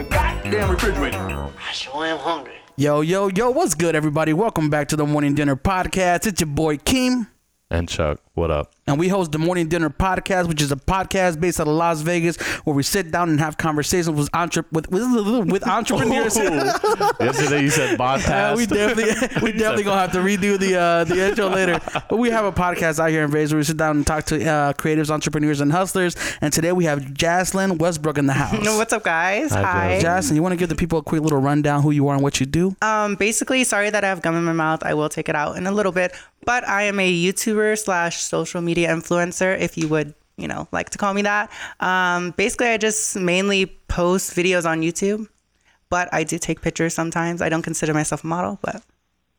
damn refrigerator. I sure am hungry. Yo, yo, yo, what's good, everybody? Welcome back to the Morning Dinner Podcast. It's your boy Keem, And Chuck, what up? and we host the Morning Dinner Podcast, which is a podcast based out of Las Vegas where we sit down and have conversations with, entre- with, with, with entrepreneurs. Oh, Yesterday you said Uh, bypass. we definitely, we definitely gonna have to redo the uh, the intro later. But we have a podcast out here in Vegas where we sit down and talk to uh, creatives, entrepreneurs, and hustlers. And today we have Jaslyn Westbrook in the house. No, what's up, guys? Hi, Hi. Jazz. Jaslyn, you want to give the people a quick little rundown who you are and what you do? Um, basically, sorry that I have gum in my mouth. I will take it out in a little bit, but I am a YouTuber slash social media influencer, if you would, you know, like to call me that. Um, basically, I just mainly post videos on YouTube, but I do take pictures sometimes. I don't consider myself a model, but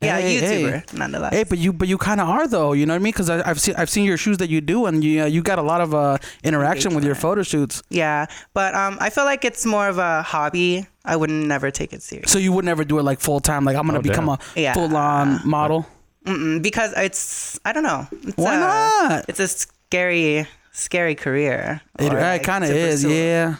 yeah, Hey, hey. YouTuber nonetheless. Hey, but you but you kind of are though. You know what I mean? Because I've seen I've seen your shoes that you do, and you uh, you got a lot of uh, interaction with your photo shoots. yeah, but um, I feel like it's more of a hobby. I would never take it serious. So you would never do it like full time. Like I'm gonna Oh, become damn. a Yeah. full Uh, on model. because it's I don't know. It's Why a, not? It's a scary, scary career. It, or, like, kind of to is. pursue. Yeah,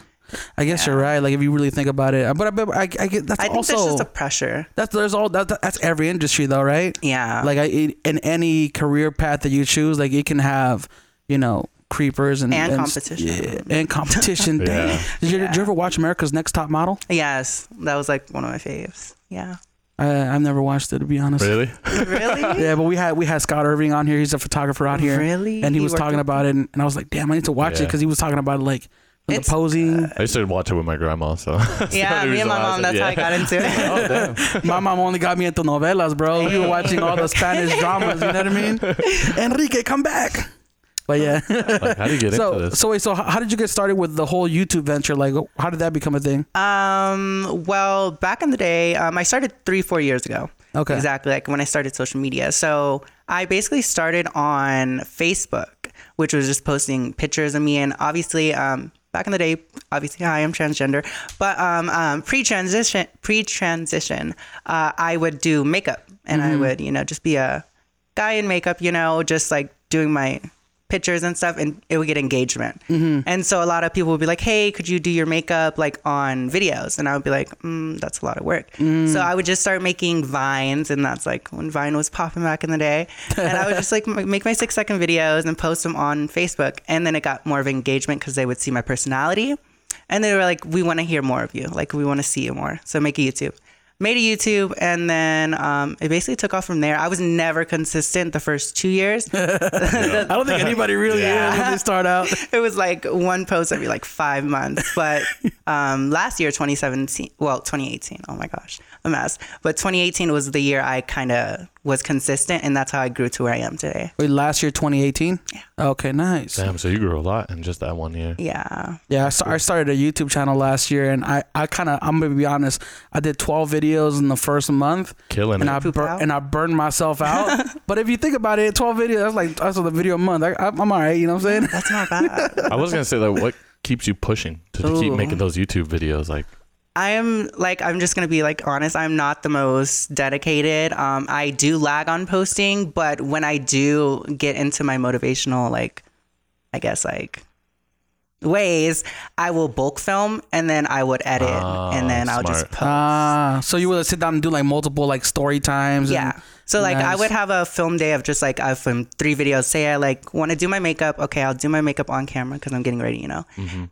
I guess you're right. Like if you really think about it, but I but I, I get that's I think also that's just a pressure. that's there's all that, that's every industry though, right? Yeah. Like I in any career path that you choose, like it can have you know creepers and And s- competition. yeah, and competition. Dang. Yeah. Did, you, did you ever watch America's Next Top Model? Yes, that was like one of my faves. Yeah. I, I've never watched it to be honest. Really? Really? Yeah, but we had we had Scott Irving on here. He's a photographer out here. Really? And he, He was worked talking with about it, and, and I was like, damn, I need to watch it Yeah. because he was talking about like the It's uh, posing. I used to watch it with my grandma, so. That's the yeah, only me reason and my why mom. said, That's how I yeah. got into it. Oh, damn. My mom only got me into novelas, bro. We were watching all the Spanish dramas. You know what I mean? Enrique, come back. But yeah. Like, how do you get into so this? so wait, so how, how did you get started with the whole YouTube venture? Like, how did that become a thing? Um, well, back in the day, um, I started three, four years ago. Okay. Exactly. Like when I started social media. So I basically started on Facebook, which was just posting pictures of me. And obviously, um, back in the day, obviously, I am transgender, but um, um, pre transition, pre transition, uh, I would do makeup and I would, you know, just be a guy in makeup, you know, just like doing my pictures and stuff and it would get engagement. And so a lot of people would be like, "Hey, could you do your makeup like on videos?" And I would be like, mm, "That's a lot of work." So I would just start making vines and that's like when Vine was popping back in the day. And I would just like m- make my 6-second videos and post them on Facebook and then it got more of engagement cuz they would see my personality. And they were like, "We want to hear more of you. Like we want to see you more." So make a YouTube made a YouTube, and then um, it basically took off from there. I was never consistent the first two years. I don't think anybody really is when they start out. it was like one post every like five months. But um, last year, 2017, well, 2018, oh my gosh, a mess. But 2018 was the year I kind of was consistent, and that's how I grew to where I am today. Wait, last year, 2018. Yeah. Okay, nice. Damn, so you grew a lot in just that one year. Yeah. Yeah, I, sta- I started a YouTube channel last year, and I, I kind of I'm gonna be honest. I did 12 videos in the first month, Killing and it. I Poop bur- out. and I burned myself out. but if you think about it, 12 videos that's like that's the video a month. I, I'm all right, you know what I'm saying? That's not bad. I was going to say, like, what keeps you pushing to, to keep Ooh. making those YouTube videos? Like, I am like I'm just gonna be like honest. I'm not the most dedicated. Um, I do lag on posting, but when I do get into my motivational, like I guess like ways, I will bulk film and then I would edit and then I'll just smart. post. Ah, so you would sit down and do like multiple like story times. and- Yeah. So like I Nice. would have a film day of just like I've filmed three videos. Say I like want to do my makeup. Okay, I'll do my makeup on camera because I'm getting ready, you know.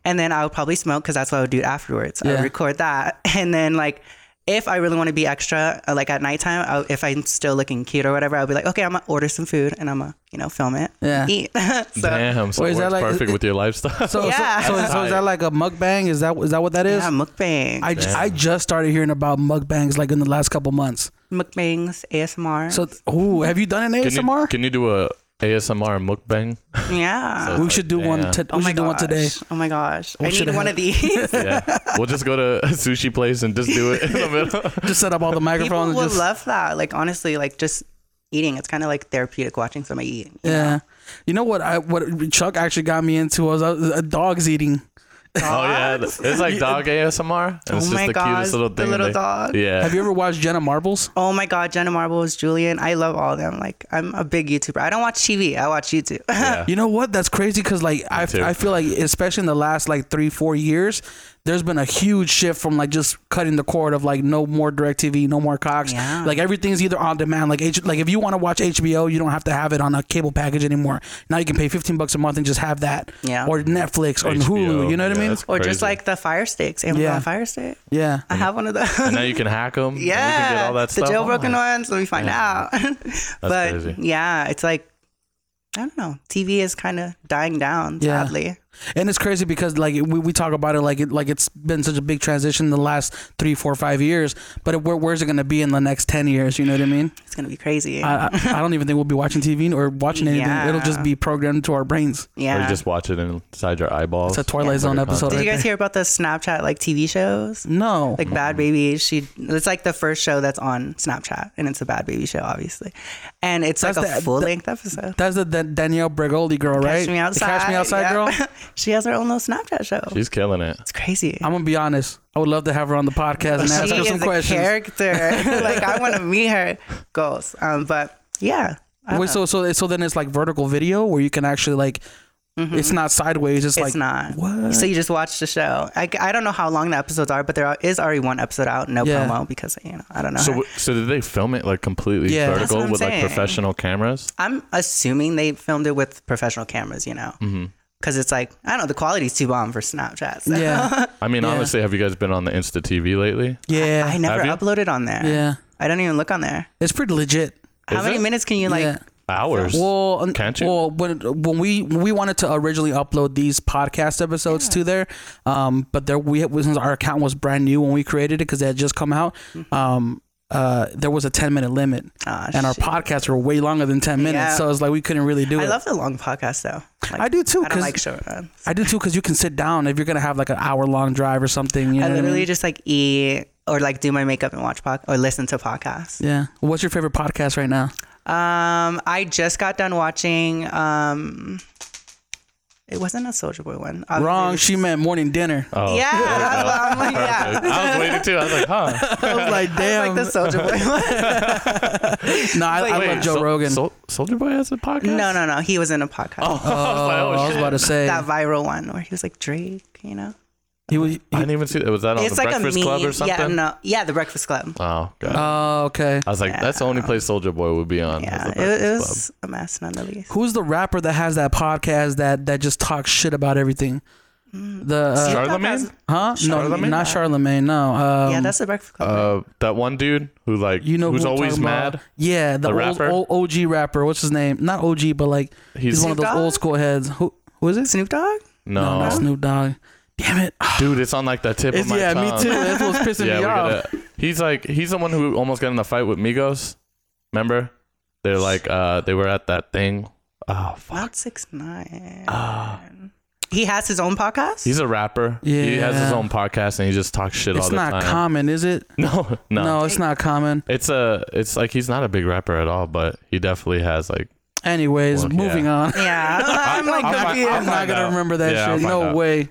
And then I would probably smoke because that's what I would do afterwards. I Mm-hmm. Yeah. would record that, and then like if I really want to be extra, uh, like at nighttime, I'll, if I'm still looking cute or whatever, I'll be like, okay, I'm gonna order some food and I'm gonna you know film it. Yeah. Eat. so damn, so Wait, it is that works like- perfect with your lifestyle. So, so- Yeah. so, so, is that like a mukbang? Is that is that what that is? yeah, mukbang, I, ju- I just started hearing about mukbangs like in the last couple months. mukbangs, ASMR. So, ooh, have you done an can, You, ASMR? can you do a ASMR mukbang? yeah. we should do one. Yeah. to- Oh we my should do one gosh. today. Oh my gosh. I should need I one have? of these. yeah. We'll just go to a sushi place and just do it in the middle. Just set up all the people microphones. and will just, love that. Like honestly, like just eating, it's kind of like therapeutic watching somebody eat. Yeah. You know what? I what Chuck actually got me into was uh, dogs eating. Oh yeah, it's like dog ASMR. And Oh it's just my the gosh, cutest little the thing. little they- dog. Yeah. Have you ever watched Jenna Marbles? Oh my God, Jenna Marbles, Julian, I love all of them. Like I'm a big YouTuber. I don't watch TV. I watch YouTube. yeah. You know what? That's crazy because like I, too. I feel like especially in the last like three four years, there's been a huge shift from like just cutting the cord of like no more DirecTV, no more Cox. Yeah. Like everything's either on demand. Like H- like if you want to watch HBO, you don't have to have it on a cable package anymore. Now you can pay 15 bucks a month and just have that. Yeah. Or Netflix or HBO, Hulu. You know what I yeah, mean? that's Or crazy. just like the Fire Sticks, Amazon Yeah. Fire Stick. Yeah. I have one of those. And now you can hack them. yeah, you can get all that the stuff. jailbroken online. ones. Let me find out. but crazy. yeah, it's like I don't know. TV is kind of dying down, Yeah. sadly. And it's crazy because like we, we talk about it like it like it's been such a big transition in the last three, four, five years. But where, where's it going to be in the next ten years? You know what I mean? It's gonna be crazy. I, I, I don't even think we'll be watching TV or watching anything. Yeah. It'll just be programmed to our brains. Or yeah. you just watch it inside your eyeballs. It's a Twilight Zone episode. Did right you guys there. hear about the Snapchat like TV shows? No. Like Bad Baby, she it's like the first show that's on Snapchat, and it's a Bad Baby show, obviously, and it's like That's a the- full length episode. That's the Dan- Danielle Bregoli girl, right? Catch me The outside, Catch me outside, yeah. girl. she has her own little Snapchat show. She's killing it. it's crazy. I'm gonna be honest. I would love to have her on the podcast and ask she her is some a questions. character. like I want to meet her. Goals. Um, but yeah, I Wait, so so so then it's like vertical video where you can actually like, it's not sideways. It's, Mm-hmm. It's like not. what? So you just watch the show. I, I don't know how long the episodes are, but there are, is already one episode out, no Yeah. promo because you know I don't know. So, her. w- so did they film it like completely Yeah. That's vertical what I'm with like saying. professional cameras? I'm assuming they filmed it with professional cameras, you know, Mm-hmm. because it's like I don't know the quality's too bomb for Snapchat. so. Yeah, I mean, Yeah. honestly, have you guys been on the Insta TV lately? yeah, I never Have you? uploaded on there. yeah. I don't even look on there. It's pretty legit. how Is many it? minutes can you like? yeah. Hours. Well, un- Can't you? Well, when when we when we wanted to originally upload these podcast episodes to there, um, but there we since our account was brand new when we created it because it had just come out. Um, uh, there was a ten minute limit, Mm-hmm. Ah, and our shit. podcasts were way longer than ten minutes, Yeah. so it's like we couldn't really do I it. love the long podcast though. Like, I do too. I don't 'cause- like short ones. I do too because you can sit down if you're gonna have like an hour long drive or something. You know I what I mean? literally just like eat or like do my makeup and watch pod or listen to podcasts. Yeah. What's your favorite podcast right now? Um, I just got done watching. Um, it wasn't a Soldier Boy one. Obviously, Wrong. it's- She meant morning dinner. oh, Yeah, I'm like, yeah. I was waiting too. I was like, huh? I was like, It's damn. like the Soldier Boy one. no, I, I Wait, love Joe Sol- Rogan. Sol- Soldier Boy has a podcast? no, no, no. He was in a podcast. oh, I was about to say That viral one where he was like Drake, you know. he was. he- I didn't even see that. Was that on it's Oh, the like Breakfast a meme. Club or something? Yeah, no, yeah, The Breakfast Club. Oh, God. oh, okay. I was like, that's the only place Soldier Boy would be on. Yeah, was it, the it Breakfast Club. was a mess nonetheless. Who's the rapper that has that podcast that that just talks shit about everything? Mm. The Charlemagne? uh, huh? No, Charlemagne? not Charlemagne. No. Um, yeah, that's The Breakfast Club. Uh, that one dude who like you know who's who I'm always talking about. mad. Yeah, the, The old, rapper? old OG rapper. What's his name? Not OG, but like he's, He's- one of those Snoop Dogg? old school heads. Who who is it? Snoop Dogg. No, not Snoop Dogg. Damn it. dude, it's on like the tip of It's, Oh. my yeah, tongue. me too. That's what's pissing Yeah, me we off. gotta, he's like he's the one who almost got in the fight with Migos. Remember? They're like uh they were at that thing. Oh fuck. Not six nine. he has his own podcast. Ah. He's a rapper. He has his Yeah. own podcast and he just talks shit all It's the not time. common, is it? no, no, No. it's not common. It's a it's like he's not a big rapper at all, but he definitely has like Anyways, Well, moving yeah. on. yeah, I'm like I'll find- confused. I'll I'm not find gonna out. remember that Yeah, I'll shit. find No out. way.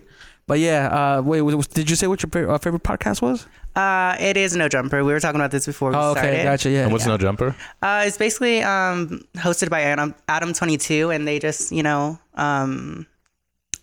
But yeah, uh, wait. was- Did you say what your fa- uh, favorite podcast was? Uh, it is no jumper. We were talking about this before we Oh, okay, started. gotcha. Yeah. And what's no jumper? Uh, it's basically um, hosted by Adam Adam Twenty Two, and they just you know um,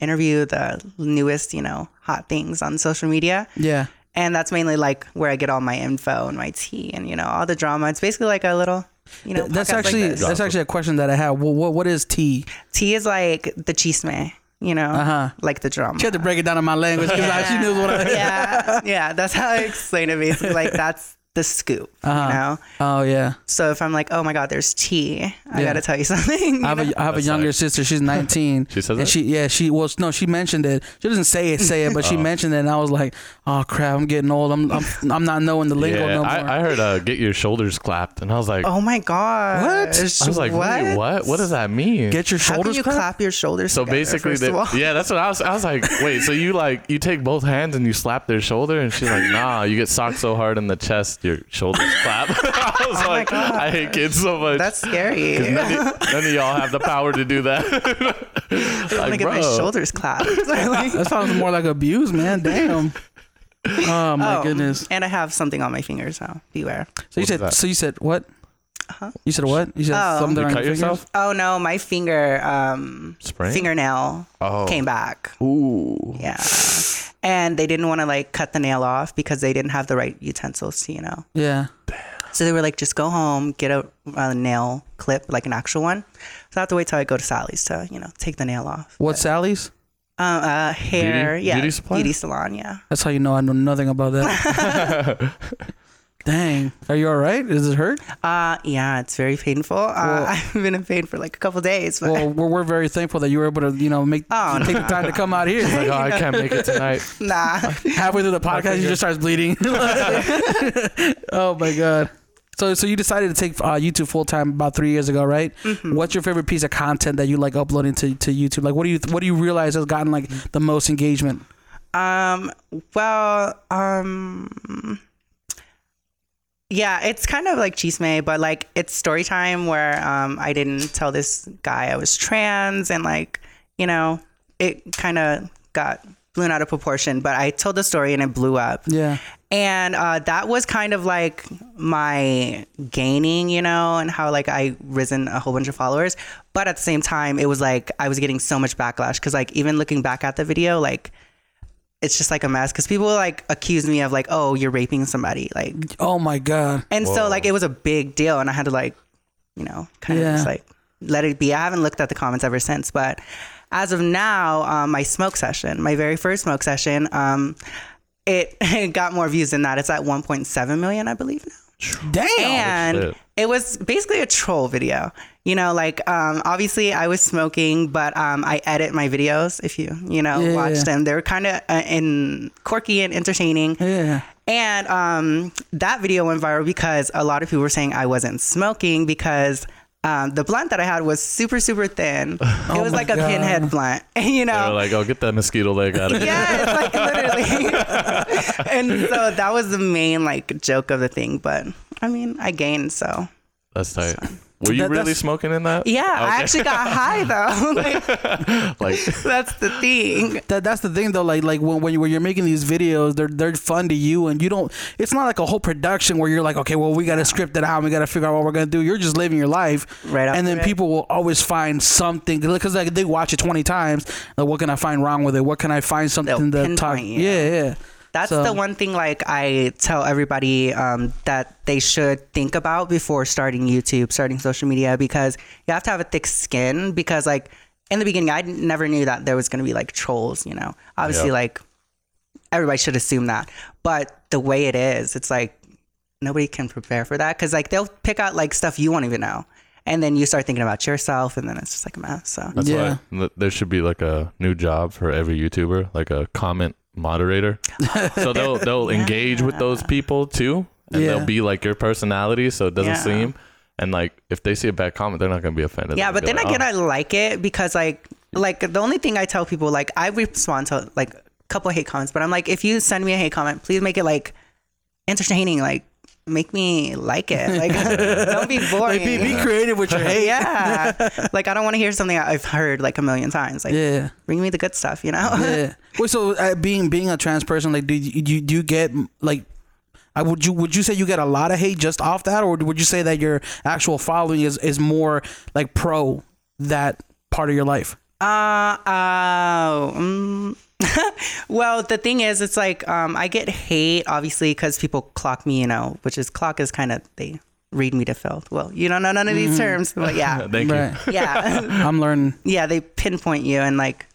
interview the newest you know hot things on social media, yeah. and that's mainly like where I get all my info and my tea and you know all the drama. It's basically like a little you know. Th- that's podcast like actually this. that's actually a question that I have. Well, what what is tea? tea is like the chisme, you know, Uh-huh. like the drama. She had to break it down in my language because she knew what I. yeah, yeah, that's how I explain it. Basically, like that's the scoop, you know. Oh yeah. So if I'm like, oh my god, there's tea, I Yeah. gotta tell you something. I have a I have a That's younger like- sister. She's 19. She says and it? she yeah she well no she mentioned it. She doesn't say it say it, but she mentioned it, and I was like, oh crap, I'm getting old. I'm I'm, I'm not knowing the lingo Yeah, no more. I, I heard uh get your shoulders clapped and I was like oh my god, I was like, what? Wait, what? What does that mean? Oh, Get your How can shoulders you clapped? clap your shoulders? so together, basically, first of all? the, yeah, that's what I was. I was like, wait, so you like you take both hands and you slap their shoulder, and she's like, nah, you get socked so hard in the chest, your shoulders clap. I was like, Oh God. I hate kids so much. that's scary. None I'm of, none of y'all have the power to do that. gonna like, get my bro. shoulders clapped. Oh Like, That sounds more like abuse, man. Damn. Oh my oh, goodness. And I have something on my finger, so beware. So you What is said that? so you said what? You said what? You said Uh-huh. Oh. something You on cut your yourself? Oh no, my finger, um, Sprain? fingernail Oh. came back. Ooh. Yeah. and they didn't want to like cut the nail off because they didn't have the right utensils to you know Yeah. so they were like just go home get a, a nail clip like an actual one so i have to wait till i go to sally's to you know take the nail off What Sally's? uh, uh hair Beauty- yeah beauty supply? salon yeah That's how you know I know nothing about that. Dang. Are you all right? Is it hurt? uh yeah it's very painful uh, Well- i've been in pain for like a couple days but Well, we're, we're very thankful that you were able to, you know, make Oh, take the time to come out here. Like, oh, I can't make it tonight. nah halfway through the podcast, you figure. just starts bleeding. oh my god! So, so you decided to take uh, YouTube full time about three years ago, right? Mm-hmm. What's your favorite piece of content that you like uploading to, to YouTube? Like, what do you what do you realize has gotten like the most engagement? Um, well, um, yeah, it's kind of like chisme, but like it's story time where um, I didn't tell this guy I was trans, and like you know, it kind of got blown out of proportion. But I told the story and it blew up, Yeah, and uh, that was kind of like my gaining, you know, and how like I risen a whole bunch of followers. But at the same time, it was like I was getting so much backlash because like even looking back at the video, like it's just like a mess because people like accuse me of like, oh, you're raping somebody, like, Oh my god! and so like it was a big deal, and I had to like, you know, kind Yeah. of just like let it be. I haven't looked at the comments ever since, but as of now, um, my smoke session, my very first smoke session, um, it, it got more views than that. It's at 1.7 million, I believe now Damn. and shit. it was basically a troll video you know like um, obviously i was smoking but um, i edit my videos if you you know Yeah, watch yeah. them they were kind of uh, in quirky and entertaining yeah. and um, that video went viral because a lot of people were saying I wasn't smoking because um, the blunt that I had was super, super thin. it was Oh my like a God. pinhead blunt, you know. They're like, oh, get that mosquito leg out of here. yeah, it's like literally. and so that was the main like joke of the thing. But I mean, I gained so. That's tight. Were you That- really that's- smoking in that? Yeah, I Okay. actually got high though. like, Like, that's the thing. That, that's the thing though like like when, when, you, when you're making these videos they're they're fun to you and you don't it's not like a whole production where you're like okay well we gotta script it out and we gotta figure out what we're gonna do you're just living your life Right and after then it. people will always find something because like they watch it 20 times like what can I find wrong with it what can I find something They'll that talk pinpoint, yeah yeah. yeah That's So- the one thing like I tell everybody um, that they should think about before starting YouTube, starting social media, because you have to have a thick skin. Because like in the beginning, I never knew that there was going to be like trolls. You know, obviously, Yeah. like everybody should assume that, but the way it is, it's like nobody can prepare for that because like they'll pick out like stuff you won't even know, and then you start thinking about yourself, and then it's just like a mess. So that's Yeah. why th- there should be like a new job for every YouTuber, like a comment moderator. so they'll they'll engage with those people too, and Yeah. they'll be like your personality, so it doesn't Yeah. seem. And like, if they see a bad comment, they're not gonna be offended. Yeah, They'll but be then like, again, "Oh, I like it because like like the only thing I tell people like I respond to like a couple hate comments, but I'm like, if you send me a hate comment, please make it like entertaining, like make me like it, like don't be boring. like be, be creative with your hate yeah, like I don't want to hear something I've heard like a million times. Like, yeah bring me the good stuff, you know? yeah wait so uh, being being a trans person like do you do you, do you get like I, would you would you say you get a lot of hate just off that, or would you say that your actual following is is more like pro that part of your life? Uh, uh, mm. well, the thing is, it's like um, I get hate, obviously, because people clock me, you know, which is clock is kind of, they read me to filth. Well, you don't know none of these Mm-hmm. terms, but yeah. Thank you. yeah. I'm learning. yeah, they pinpoint you and like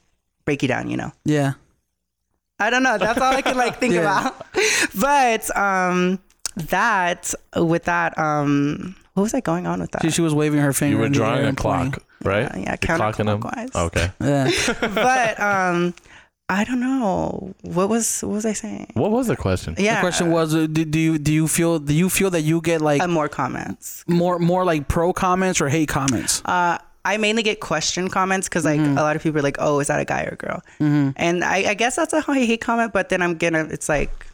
break you down, you know. Yeah. I don't know. That's all I can like think Yeah. about. But um, that, with that, um, what was I going on with that? She, she was waving her finger. "Oh, You were in the air drawing a and pointing. clock, right? Yeah, yeah, You're clocking 'em? counterclockwise. Okay. Yeah. but um, I don't know. What was, what was I saying? What was the question? Yeah. The question was, uh, do, do you do you feel do you feel that you get like uh, more comments. more more like pro comments or hate comments? Uh, I mainly get question comments because like Mm-hmm. a lot of people are like, "Oh, is that a guy or a girl?" And I, I guess that's a hate comment. But then I'm gonna, it's like,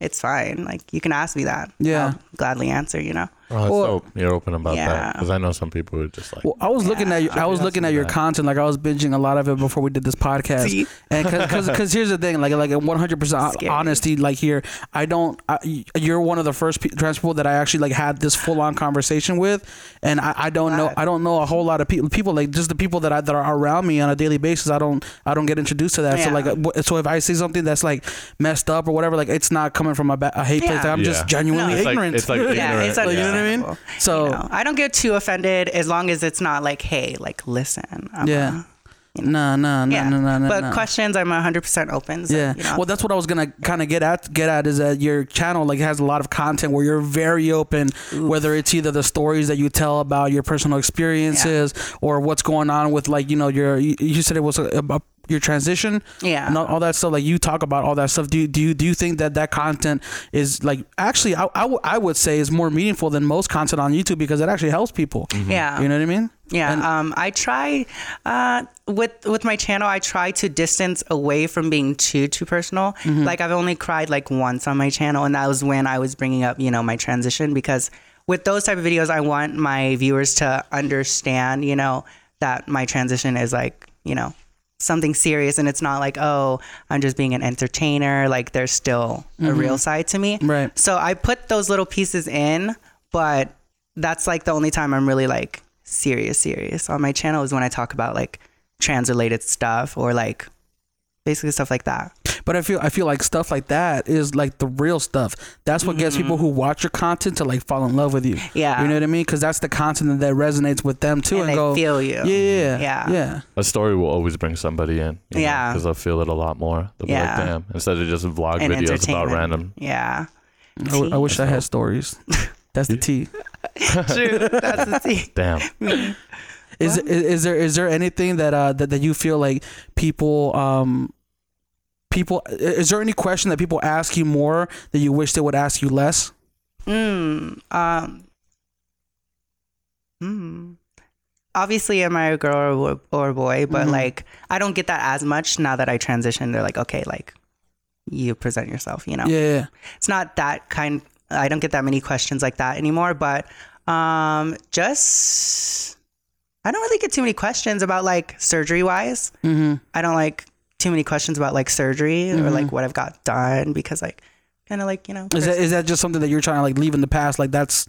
it's fine. Like you can ask me that. Yeah. I'll gladly answer, you know? Oh, that's Well- dope. You're open about Yeah. that because I know some people who are just like, Well, I was looking at I was Yeah, looking I at see your that. content like I was binging a lot of it before we did this podcast. See? And because here's the thing, like like in 100 percent Scary. honesty, like here I don't. I, you're one of the first pe- trans people that I actually like had this full on conversation with, and I, I don't know Glad. I don't know a whole lot of people people like just the people that I, that are around me on a daily basis. I don't I don't get introduced to that. So Yeah. like uh, wh- so if I see something that's like messed up or whatever, like it's not coming from a, ba- a hate place. Yeah. I'm just Yeah. genuinely It's like- ignorant. it's like Yeah, ignorant, it's yeah. like, You know what I mean? So- I don't get too offended as long as it's not like, hey, like, listen. I'm yeah. a- No, no, no, yeah. no, no, no. but no. questions, I'm 100% open. So, Yeah. You know, Well, that's what I was gonna kind of get at. Get at is that your channel like has a lot of content where you're very open, whether it's either the stories that you tell about your personal experiences or what's going on with like you know your you, you said it was uh, about your transition, Yeah. and all, all that stuff. Like you talk about all that stuff. Do you do you, do you think that that content is like actually I I w- I would say is more meaningful than most content on YouTube because it actually helps people. yeah. You know what I mean? Yeah, And- um, I try uh, with with my channel. I try to distance away from being too too personal. Mm-hmm. Like I've only cried like once on my channel, and that was when I was bringing up you know my transition because with those type of videos, I want my viewers to understand you know that my transition is like you know something serious, and it's not like oh I'm just being an entertainer. Like there's still a real side to me. Mm-hmm. Right. So I put those little pieces in, but that's like the only time I'm really like serious, serious on my channel is when I talk about like trans related stuff or like basically stuff like that. But I feel I feel like stuff like that is like the real stuff. That's what gets Mm-hmm. people who watch your content to like fall in love with you. Yeah. you know what I mean? Because that's the content that resonates with them too, and, And they go feel you. Yeah, yeah, yeah, Yeah. yeah. a story will always bring somebody in. Yeah. Because they'll feel it a lot more. They'll Yeah. be like, damn, instead of just vlog And videos about entertainment. random. Yeah. I, w- I wish I had stories. That's the T. True. That's the thing. Damn. Is, is is there is there anything that uh that, that you feel like people um people i- is there any question that people ask you more that you wish they would ask you less? Mm, um, mm. Obviously, am I a girl or, wo- or a boy? But Mhm. like, I don't get that as much now that I transitioned. They're like, okay, like, you present yourself, you know? Yeah, yeah. it's not that kind i don't get that many questions like that anymore but um just i don't really get too many questions about like surgery wise Mm-hmm. i don't like too many questions about like surgery or like what i've got done because like kind of like you know Is that pers- is that just something that you're trying to like leave in the past? Like that's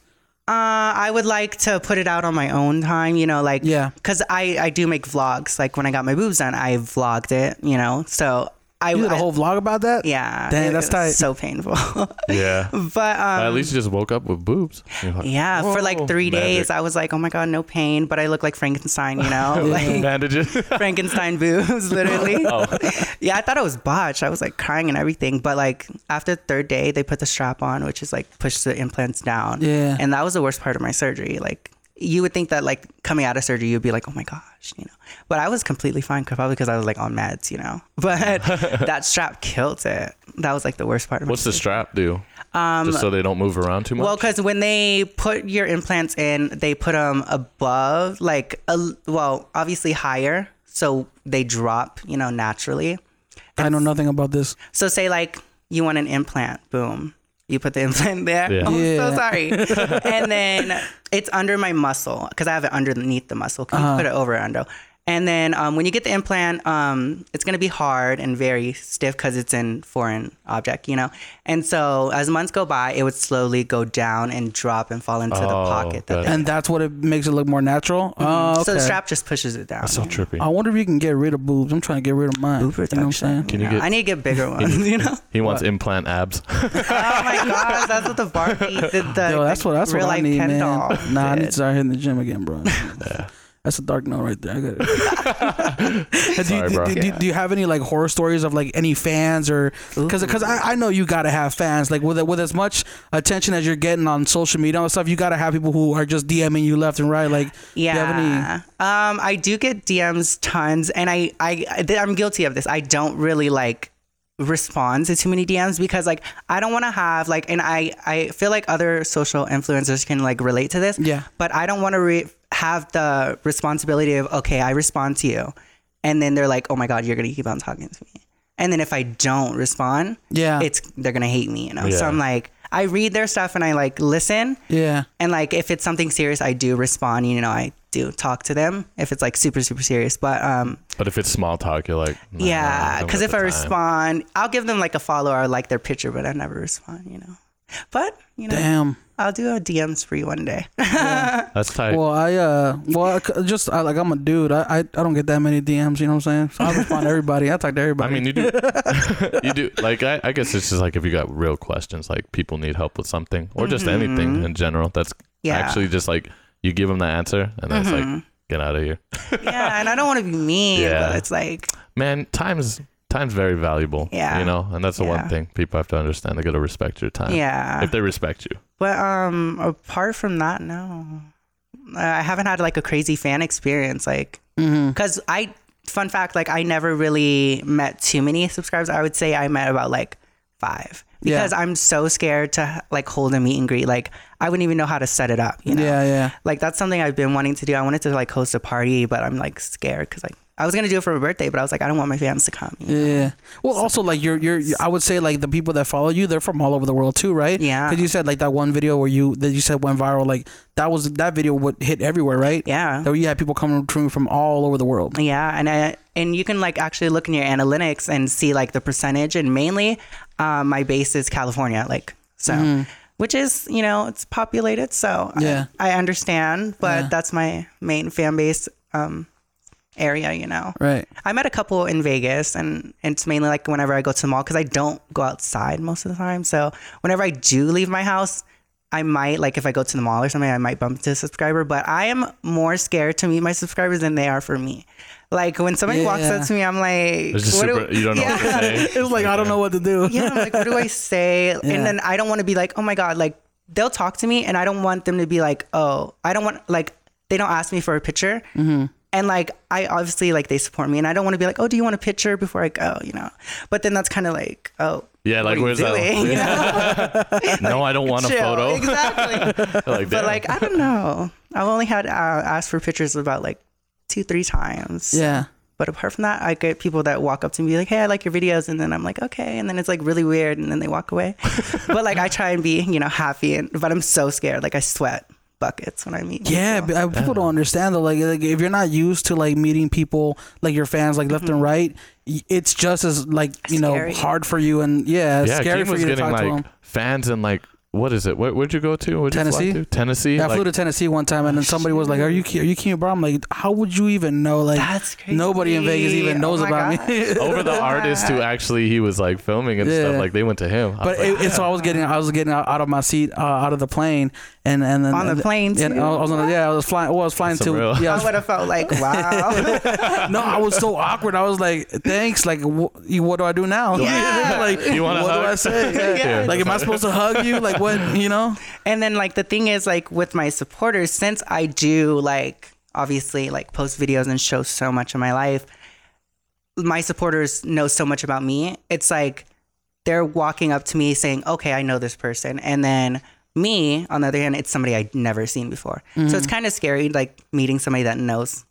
uh, i would like to put it out on my own time you know like Yeah. because i i do make vlogs like when i got my boobs done i vlogged it you know so i you did a I- whole vlog about that. yeah Dang, it that's was tight. so painful Yeah. but um At least you just woke up with boobs. You're like, Yeah, for "Whoa, like three days, magic." I was like, oh my God, no pain, but I look like Frankenstein, you know? like Bandages. Frankenstein boobs, literally. yeah, I thought it was botched. I was like crying and everything. But like after the third day, they put the strap on, which is like push the implants down. Yeah. And that was the worst part of my surgery. Like, you would think that like coming out of surgery, you'd be like, oh my gosh, you know? But I was completely fine, probably because I was like on meds, you know? But that strap killed it. That was like the worst part of my What's the strap do? Um, just so they don't move around too much. Well, because when they put your implants in, they put them above, like, a, well, obviously higher. So they drop, you know, naturally. I know nothing about this. So say, like, you want an implant, boom. You put the implant there. Yeah. Oh, I'm Yeah. so sorry. and then it's under my muscle because I have it underneath the muscle. 'cause Uh-huh. you put it over or under. And then um, when you get the implant, um, it's going to be hard and very stiff because it's in foreign object, you know. And so as months go by, it would slowly go down and drop and fall into the Oh, pocket. That got they- it. and that's what it makes it look more natural. Oh, okay. Mm-hmm. So the strap just pushes it down. so trippy. oh, I wonder if you can get rid of boobs. I'm trying to get rid of mine. Boob You know what I'm reduction. saying? Can you Yeah, get- I need to get bigger ones, you know. He wants implant abs. Oh my gosh, that's what the Barbie did. The, Yo, that's what that's real what I life need, Ken man. doll Nah, I need did. to start hitting the gym again, bro. That's a dark note right there. I got it. do, Sorry, you, bro. do, do, do you have any like horror stories of like any fans or because because I, I know you gotta have fans like with with as much attention as you're getting on social media and stuff you gotta have people who are just DMing you left and right like do you Yeah. have any- Um, I do get DMs tons, and I, I, I th- I'm guilty of this. I don't really like respond to too many DMs because like I don't want to have like, and I, I feel like other social influencers can like relate to this. Yeah. But I don't want to re- have the responsibility of okay, I respond to you, and then they're like, oh my god, you're gonna keep on talking to me, and then if I don't respond, yeah Uh, it's they're gonna hate me, you know. Yeah. So I'm like, I read their stuff and I like listen. Yeah. And like if it's something serious, I do respond. You know, I do talk to them if it's like super super serious. But um, But if it's small talk, you're like, nah, I yeah, don't because got if the I time. respond, I'll give them like a follow or like their picture, but I never respond. You know, but you know, Damn. I'll do a DMs for you one day. that's tight. Well, I uh, well, I c- just I, like I'm a dude. I, I I don't get that many DMs. You know what I'm saying? So I respond to everybody. I talk to I everybody. mean, you do, you do. Like, I, I guess it's just like if you got real questions, like people need help with something or just anything in general. That's Mm-hmm. Yeah. Mm-hmm. actually just like you give them the answer, and then it's like, get out of here, yeah, and I don't want to be mean, Yeah. but it's like man. Time's time's very valuable. Yeah. you know, and that's the Yeah. one thing people have to understand. They got to respect your time. yeah. if they respect you. But um, apart from that, no, I haven't had like a crazy fan experience. Like, Mm-hmm. because I, fun fact, like I never really met too many subscribers. I would say I met about like five Yeah. because I'm so scared to like hold a meet and greet. Like, I wouldn't even know how to set it up. You know? yeah, yeah. Like that's something I've been wanting to do. I wanted to like host a party, but I'm like scared because like I was gonna do it for my birthday, but I was like I don't want my fans to come. Yeah. Well, also like you're you're I would say like the people that follow you, they're from all over the world too, right? Yeah. Because you said like that one video where you that you said went viral, like that was that video would hit everywhere, right? Yeah. That you had people coming to me from all over the world. Yeah, and I, and you can like actually look in your analytics and see like the percentage. And mainly, um, my base is California, like so, which is you know it's populated, so I- Yeah. I, understand. But that's my main fan base um, area, you know. Right. I met a couple in Vegas, and it's mainly like whenever I go to the mall because I don't go outside most of the time. So whenever I do leave my house, I might like if I go to the mall or something, I might bump into a subscriber. But I am more scared to meet my subscribers than they are for me. Like when somebody walks Yeah. up to me, I'm like, It's just what do- super. you don't know what to say. It's like I don't know what to do. yeah, I'm like, what do I say? And then I don't want to be like, oh my God, like they'll talk to me and I don't want them to be like, oh, I don't want, like, they don't ask me for a picture. And like, I obviously, like, they support me and I don't want to be like, oh, do you want a picture before I go, you know? But then that's kind of like, oh, Yeah, like what where's are you that? doing? You know? No, I don't want a Chill. photo. Exactly. like, but damn. like, I don't know. I've only had uh, asked for pictures about like two, three times. Yeah. But apart from that, I get people that walk up to me like, "Hey, I like your videos," and then I'm like, "Okay," and then it's like really weird, and then they walk away. but like, I try and be, you know, happy, and but I'm so scared. Like, I sweat buckets when I meet. Yeah, people. but, uh, people don't understand though. Like, like if you're not used to like meeting people, like your fans, like left and right, y- it's just as like you Mm-hmm. Scary. know hard for you and yeah, it's yeah, scary Keem for was you to getting talk to like them. fans and like what is it? Where, where'd you go to? Where'd Tennessee? You fly to? Tennessee. Yeah, I like, flew to Tennessee one time, Oh, and then somebody was like, "Are you Ke- are you Keem Brown?" I'm like, "How would you even know?" Like, That's nobody in Vegas crazy. even knows Oh my about me. over the artist who actually he was like filming and Yeah. stuff. Like they went to him. I was But like, it, it, so I was getting I was getting out, out of my seat, uh, out of the plane, and and then On the and- plane, And I too? was on the, yeah, I was flying. Well, I was flying That's unreal. to yeah, I I was would have felt like, wow. No, I was so awkward. I was like, "Thanks." Like, wh- you- what do I do now? Yeah. like, You what wanna do hug? I say? Yeah. Yeah. Like, am I supposed to hug you? Like, what? You know? And then like the thing is like with my supporters, since I do like obviously like post videos and show so much of my life, my supporters know so much about me. It's like they're walking up to me saying, "Okay, I know this person," and then me on the other hand, it's somebody I'd never seen before. So Mm. it's kind of scary like meeting somebody that knows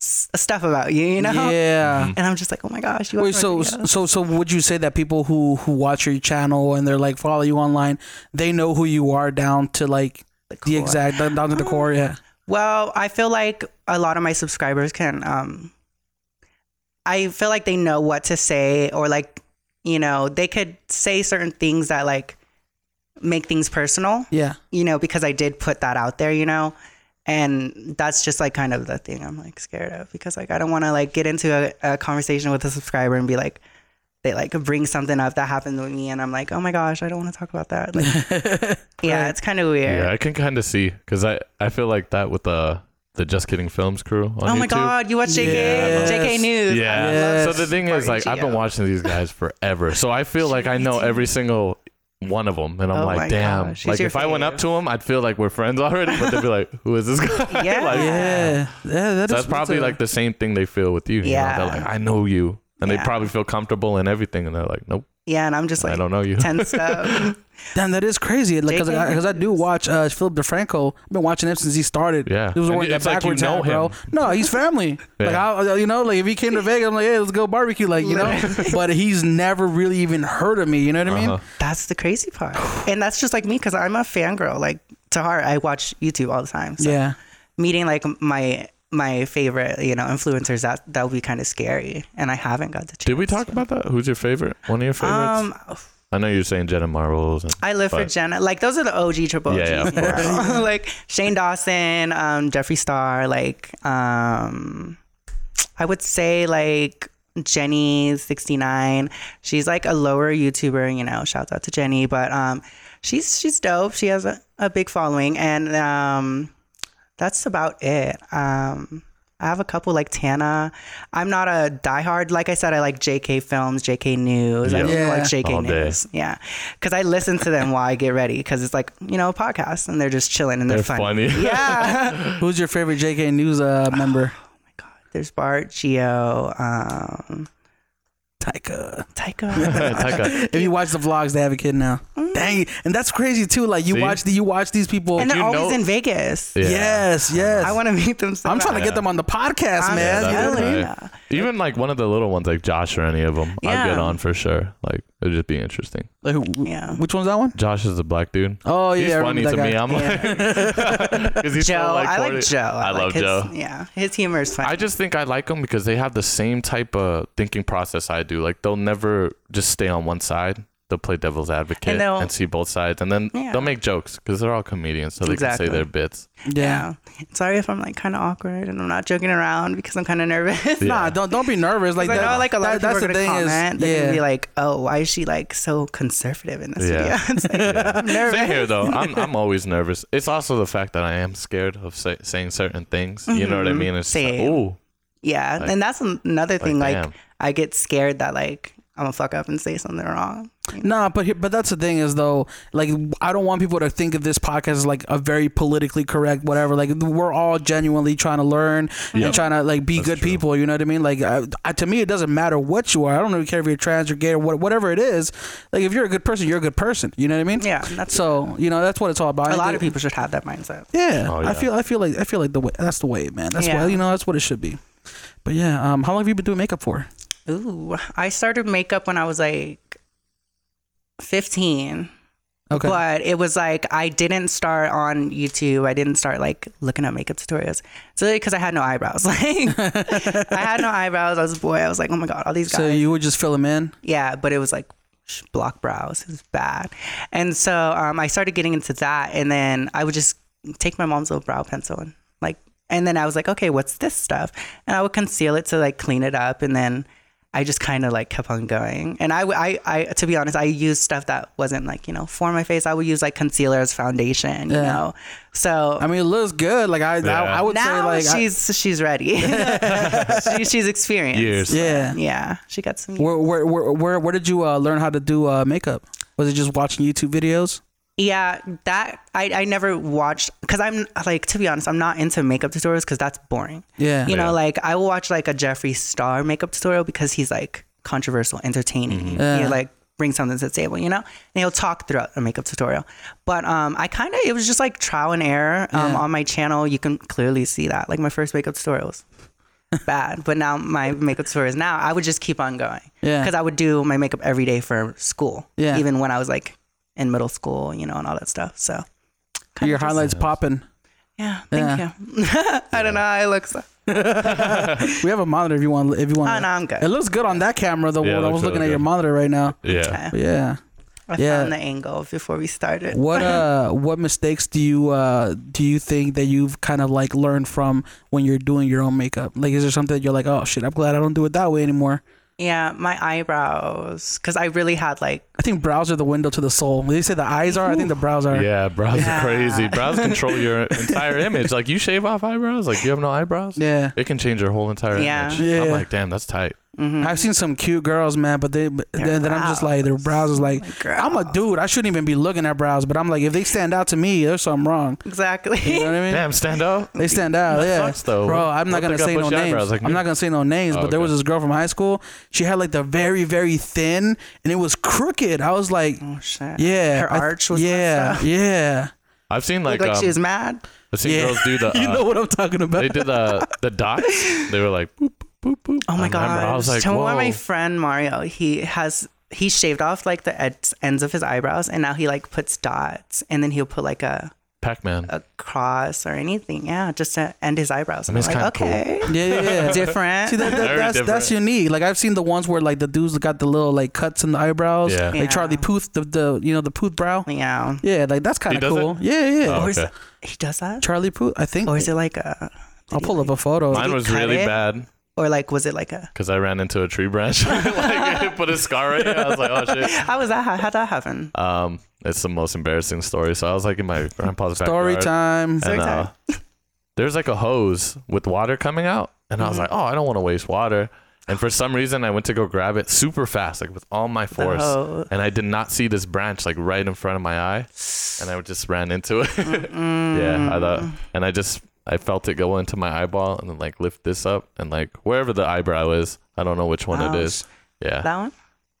s- stuff about you, you know? Yeah. And I'm just like, oh my gosh, Mm-hmm. you watch Wait, my so videos?" so so would you say that people who who watch your channel and they're like follow you online, they know who you are down to like the, core. exact down down to the core? Yeah. Well, I feel like a lot of my subscribers can um I feel like they know what to say or like, you know, they could say certain things that like make things personal, Yeah. you know, because I did put that out there, you know. And that's just like kind of the thing I'm like scared of because like I don't want to like get into a, a conversation with a subscriber and be like they like bring something up that happened with me and I'm like, "Oh my gosh, I don't want to talk about that." Like Yeah, it's kind of weird. yeah, I can kind of see because I I feel like that with the the Just Kidding Films crew. On Oh my YouTube. God! You watch JK Yes. JK News. Yeah. Yes. So the thing is, like, I've been watching these guys forever, so I feel like I know every single one of them, and I'm Oh my like, damn. gosh, he's Like, your if I went up fave. to him, I'd feel like we're friends already, but they'd be like, who is this guy? Yeah. Yeah. like, Yeah. that That's is- probably a- like the same thing they feel with you. you know? Yeah. They're like, I know you. and they Yeah. probably feel comfortable and everything, and they're like, nope, Yeah, and I'm just I like don't know you. tense up. Damn, that is crazy. Like, cause, I, JK 'cause I do watch uh, Philip DeFranco. I've been watching him since he started. Yeah. he was And wearing that it's like you backwards know hat, bro. him. No, he's family. Like, Yeah. I, you know, like if he came to Vegas, I'm like, hey, let's go barbecue, like you know. but he's never really even heard of me. You know what I Uh-huh. mean? that's the crazy part, and that's just like me because I'm a fangirl. Like to heart, I watch YouTube all the time. So Yeah. meeting like my my favorite, you know, influencers that that would be kind of scary, and I haven't got the chance. Did we talk about that? Who's your favorite? One of your favorites? Um, I know you're saying Jenna Marbles. And, I live for but- Jenna. Like those are the OG triple OGs. Yeah, yeah, of you know? like Shane Dawson, um, Jeffree Star. Like um, I would say like Jenny sixty nine. She's like a lower YouTuber. You know, shout out to Jenny. But um, she's she's dope. She has a, a big following, and um, that's about it. Um. I have a couple like Tana. I'm not a diehard. Like I said, I like JK films, JK news. I Yeah. really Yeah. like JK All day. news. Yeah, because I listen to them while I get ready because it's like you know a podcast and they're just chilling and they're, They're funny. funny. Yeah, Who's your favorite JK News uh, member? there's Bart, Geo, um, Tyka. Tycho. Tyka. If you watch the vlogs, they have a kid now. Dang, and that's crazy too. Like you See? watch the you watch these people. Mm. and they're you always know- in Vegas. Yeah. Yes, yes. I want to meet them. So I'm trying to bad. get them on the podcast, I'm man. telling that'd be you. tight. Even like one of the little ones, like Josh or any of them, I'd get Yeah. on for sure. Like it'd just be interesting. Like, who- Yeah. Which one's that one? Josh is a black dude. Oh yeah, he's I funny remember to that guy. me. I'm like, 'Cause he's so, Joe. like, I like corny. Joe. I like love his, Joe. Yeah, his humor is funny. I just think I like them because they have the same type of thinking process I do. Like they'll never just stay on one side. They'll play devil's advocate And and, they'll- see both sides, and then Yeah. they'll make jokes because they're all comedians, so they Exactly. can say their bits. yeah. yeah. Sorry if I'm like kind of awkward and I'm not joking around because I'm kind of nervous. Nah, don't don't be nervous. Like, Because that, I know like a lot that- of that's people are the gonna thing comment. is, They're yeah. gonna be like, "Oh, why is she like so conservative in this Yeah. video?" It's like, I'm nervous. Same here, though. I'm I'm always nervous. It's also the fact that I am scared of say, saying certain things. You know what I mean? It's just like, Mm-hmm. Same. ooh, Yeah, and that's an- another thing. Like, damn. I get scared that like I'm gonna fuck up and say something wrong. nah, but here- but that's the thing is though, like I don't want people to think of this podcast as like a very politically correct whatever. Like we're all genuinely trying to learn and trying to like be good people. You know what I mean? Like I, I, to me, it doesn't matter what you are. I don't really care if you're trans or gay or what, whatever it is. Like if you're a good person, you're a good person. You know what I mean? Yeah, that's So you know that's what it's all about. I a lot think- of people should have that mindset. Yeah, Oh, I yeah. feel I feel like I feel like the way that's the way, man. That's Yeah. why you know that's what it should be. But yeah, um, how long have you been doing makeup for? Ooh, I started makeup when I was like 15. Okay. But it was like I didn't start on YouTube. I didn't start like looking at makeup tutorials. So because I had no eyebrows, like I had no eyebrows. I was a boy. I was like, oh my god, all these guys. so you would just fill them in. Yeah, but it was like sh- block brows. It was bad. And so um, I started getting into that. And then I would just take my mom's little brow pencil and like, and then I was like, okay, what's this stuff? And I would conceal it to like clean it up. And then I just kind of like kept on going. And I, w- I, I, to be honest, I used stuff that wasn't like, you know, for my face. I would use like concealer as foundation, you Yeah. know? So I mean, it looks good. Like I, Yeah. I, I would now say, like, I- she's, she's ready. she, she's experienced. Years. yeah. Yeah. She got some. Where, where, where, where, where did you uh, learn how to do uh, makeup? Was it just watching YouTube videos? Yeah, that I, I never watched because I'm like to be honest, I'm not into makeup tutorials because that's boring. Yeah. You Yeah. know, like I will watch like a Jeffree Star makeup tutorial because he's like controversial, entertaining. Mm-hmm. Yeah. He like brings something to the table, you know? And he'll talk throughout a makeup tutorial. But um I kinda it was just like trial and error. Um on my channel you can clearly see that. Like my first makeup tutorial was bad. But now my makeup tutorials now I would just keep on going. Yeah. Because I would do my makeup every day for school. Yeah. Even when I was like in middle school, you know, and all that stuff. So Your highlights popping. yeah, thank Yeah. you. I don't know how it looks. We have a monitor if you want. If you want. Oh, no, I'm good. It looks good on that camera. The Yeah, it one I looks was looking really at your good. monitor right now. yeah. But yeah. I Yeah. found the angle before we started. What uh what mistakes do you uh do you think that you've kind of like learned from when you're doing your own makeup? Like is there something that you're like, "Oh shit, I'm glad I don't do it that way anymore." Yeah, my eyebrows, because I really had like I think brows are the window to the soul. They say the eyes are, I think the brows are. Yeah, brows Yeah. are crazy. Brows control your entire image. Like you shave off eyebrows, like you have no eyebrows. Yeah. It can change your whole entire Yeah. image. Yeah. I'm like, damn, that's tight. Mm-hmm. I've seen some cute girls, man, but they but then, then I'm just like their brows is like Girls. I'm a dude. I shouldn't even be looking at brows, but I'm like if they stand out to me, there's something wrong. Exactly. You know what I mean? Damn, stand up. They stand out, yeah. sucks, though. Bro, I'm not What gonna if they got say no bushy names. eyebrows like I'm me? not gonna say no names, but there okay. was this girl from high school. She had like the very, very thin, and it was crooked. I was like, Oh, shit. yeah, Her I th- arch was yeah, messed up. yeah, I've seen like, Looked like um, she was mad. I've seen yeah. girls do the. Uh, you know what I'm talking about. they did the the dots. They were like boop boop boop. Oh my I remember. god! I was like, Tell me why whoa. my friend Mario he has he shaved off like the ed- ends of his eyebrows and now he like puts dots and then he'll put like a, Pac-Man. a cross or anything. Yeah, just to end his eyebrows. I I'm mean, it's like, kinda okay, yeah, yeah, yeah. different. See that, that- Very that's that's unique. Like I've seen the ones where like the dudes got the little like cuts in the eyebrows, Yeah. like Yeah. Charlie Puth, the, the you know the Puth brow. yeah. Yeah, like that's kind He of does cool. Yeah, yeah. Oh. Or is Okay. he does that? Charlie Puth, I think. Or Oh, is it like a? I'll pull up a photo. Mine you was cut really it? bad Or like was it like a? because I ran into a tree branch. like it put a scar right here. I was like, oh shit. How was that? How how'd that happen? Um, it's the most embarrassing story. So I was like in my grandpa's Story backyard. time. Story and uh, there's like a hose with water coming out, and I was Mm-hmm. like, oh, I don't want to waste water. And for some reason, I went to go grab it super fast, like with all my force, hose. and I did not see this branch like right in front of my eye, and I just ran into it. mm. yeah, I thought, and I just I felt it go into my eyeball, and then like lift this up, and like wherever the eyebrow is, I don't know which one it is. Yeah, Oh, That one?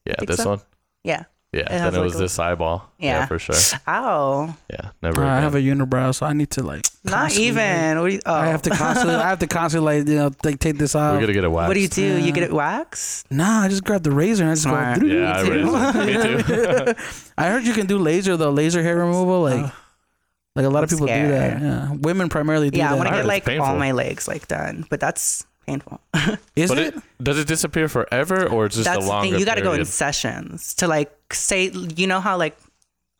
yeah, think this so. one. Yeah. Yeah, It then has, it like, was a- this eyeball. Yeah. for sure. Ow. Yeah, never. Uh, I again. have a unibrow, so I need to like. Not constantly- even. What do you? Oh. I have to constantly. I have to constantly like you know like take this We're off. gonna get a wax. What do you do? You get it waxed? Nah, I just grabbed the razor and I just Smart. go. "Doo-doo." Yeah, I raised it. me too. I heard you can do laser though, laser hair removal. Like, like a lot of Oh. I'm people do that. scared. Yeah, women primarily do Yeah, I that. want to Alright, get it's like all painful. my legs like done, but that's painful. Is But it? it, does it disappear forever or it's just that's a the longer thing. You got to go in period? sessions to like say, you know how like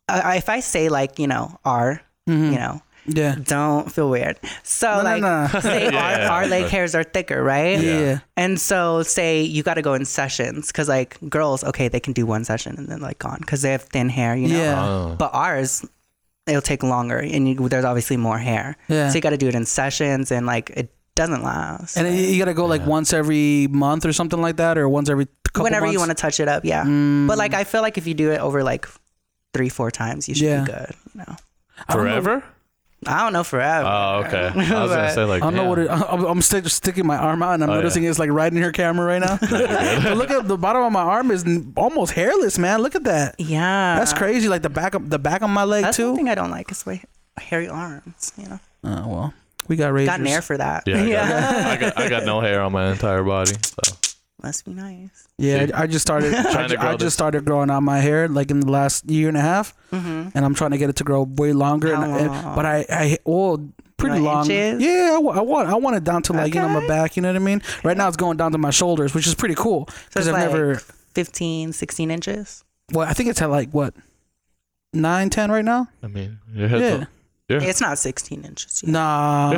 I I- if I say like you know R, Mm-hmm. you know, Yeah. don't feel weird. So No, like no, no. say Yeah, yeah, our, our yeah. leg hairs are thicker, right? Yeah. And so say you got to go in sessions because like girls, okay, they can do one session and then like gone because they have thin hair, you know. Yeah. Oh. But ours, it'll take longer, and you, there's obviously more hair. Yeah. So you got to do it in sessions, and like it doesn't last. And you- you gotta go like once every month or something like that, or once every couple whenever you want months. Mm. to touch it up, yeah. But like I feel like if you do it over like three, four times, you should Yeah. be good. You know, I don't know- Forever? I don't know forever. Oh, okay. I was gonna But- say like I don't know damn. what it, I'm, I'm stick, sticking my arm out, and I'm Oh, noticing it's like right in your camera right now. But look at the bottom of my arm is n- almost hairless, man. Look at that. yeah, That's crazy. Like the back of the back of my leg Uh-huh. That's too. one thing I don't like is my hairy arms. You know, Oh well, we got razors. got an air for that. Yeah, I, Got, I, got, I got no hair on my entire body. So must be nice. Yeah, See? I I just started. I, Trying ju- to grow I just this. started growing out my hair like in the last year and a half, Mm-hmm. and I'm trying to get it to grow way longer. And, How and- long? but I, I well, pretty want long. Oh. inches? Yeah, I, wa- I want, I want it down to like you know my Okay. back. You know what I mean? Right now it's going down to my shoulders, which is pretty cool So because it's I've like never. 15, 16 inches. Well, I think it's at like what nine, ten right now. I mean, your head's Yeah. al- your, It's not sixteen inches. you know. your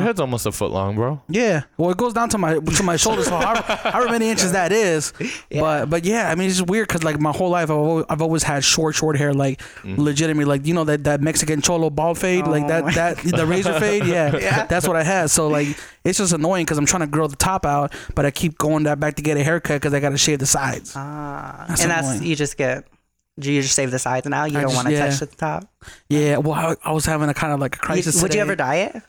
Nah. head's almost a foot long, bro. Yeah. Well, it goes down to my to my shoulders, so however, however many inches that is. But but yeah, I mean it's just weird because like my whole life I've always, I've always had short short hair, like legitimately, like you know that that Mexican cholo bald fade, like Mm-hmm. Oh that my that the razor fade, yeah, that's what I had. So like it's just annoying because I'm trying to grow the top out, but I keep going that back to get a haircut because I got to shave the sides. Ah, That's and that's annoying. you just get. You just save the sides now. You I don't just- want to yeah. touch the top. yeah. Well, I, I was having a kind of like a You, crisis. would you today. ever diet?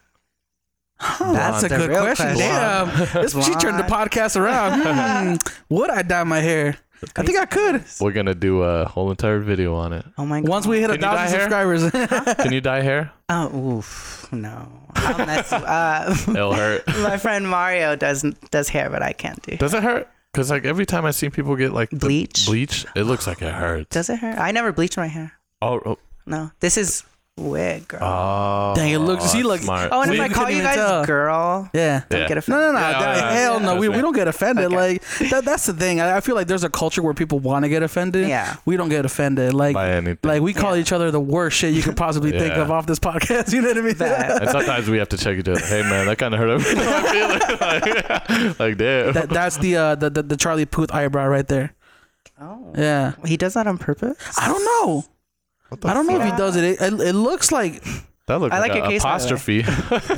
Oh, that's a That's the good real question. question. Damn, this, she turned the podcast around. Hmm, would I dye my hair? I think I could. We're gonna do a whole entire video on it. Oh my god. Once we hit a Can you dye thousand hair? subscribers, Can you dye hair? Oh, oof, no. I'll mess you up. It'll hurt. My friend Mario does does hair, but I can't do. Does it hurt? Because like every time I see people get like the Bleach? bleach, it looks like it hurts. Does it hurt? I never bleach my hair. Oh, oh, No, this is wig, girl. oh, Dang, it looks- he that's looks- smart. oh, and if Uh, we I couldn't call you even guys tell. girl, yeah. don't Yeah. get No, offended. no, no. Yeah, that- yeah, yeah. hell no. We, we Definitely. don't get offended. Okay. Like that. That's the thing. I, I feel like there's a culture where people want to get offended. Yeah. We don't get offended. Like By anything. like we call each other the worst shit you could possibly think Yeah. of off this podcast. You know what I mean? That- And sometimes we have to check each other. Hey man, that kind of hurt. I know how I feel like, like damn. that that's the, uh, the the the Charlie Puth eyebrow right there. Oh. Yeah. He does that on purpose. I don't know. I don't know if he does it. It, it, it looks like That looked I like, like an your case, by the way. apostrophe.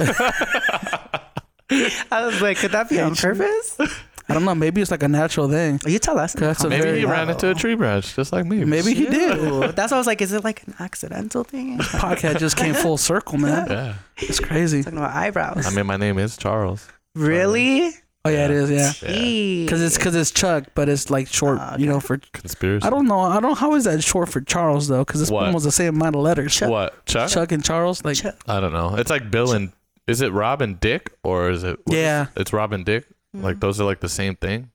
I was like, could that be on purpose? I don't know. Maybe it's like a natural thing. You tell us. in the That's a comments. Maybe very- he ran into a tree branch, just like me. Maybe he did. Ew. That's why I was like, is it like an accidental thing? Podcast just came full circle, man. Yeah. It's crazy. Talking about eyebrows. I mean, my name is Charles. really? Oh yeah, it is. Yeah, Jeez. because it's because it's Chuck, but it's like short. Ah, You know, for Conspiracy. I don't know. I don't. How is that short for Charles though? Because it's What? almost the same amount of letters. Chuck, What? Chuck? and Charles. Like Chuck. I don't know. It's like Bill and is it Rob and Dick or is it? what is Yeah. Mm-hmm. it? it's Rob and Dick. Like those are like the same thing.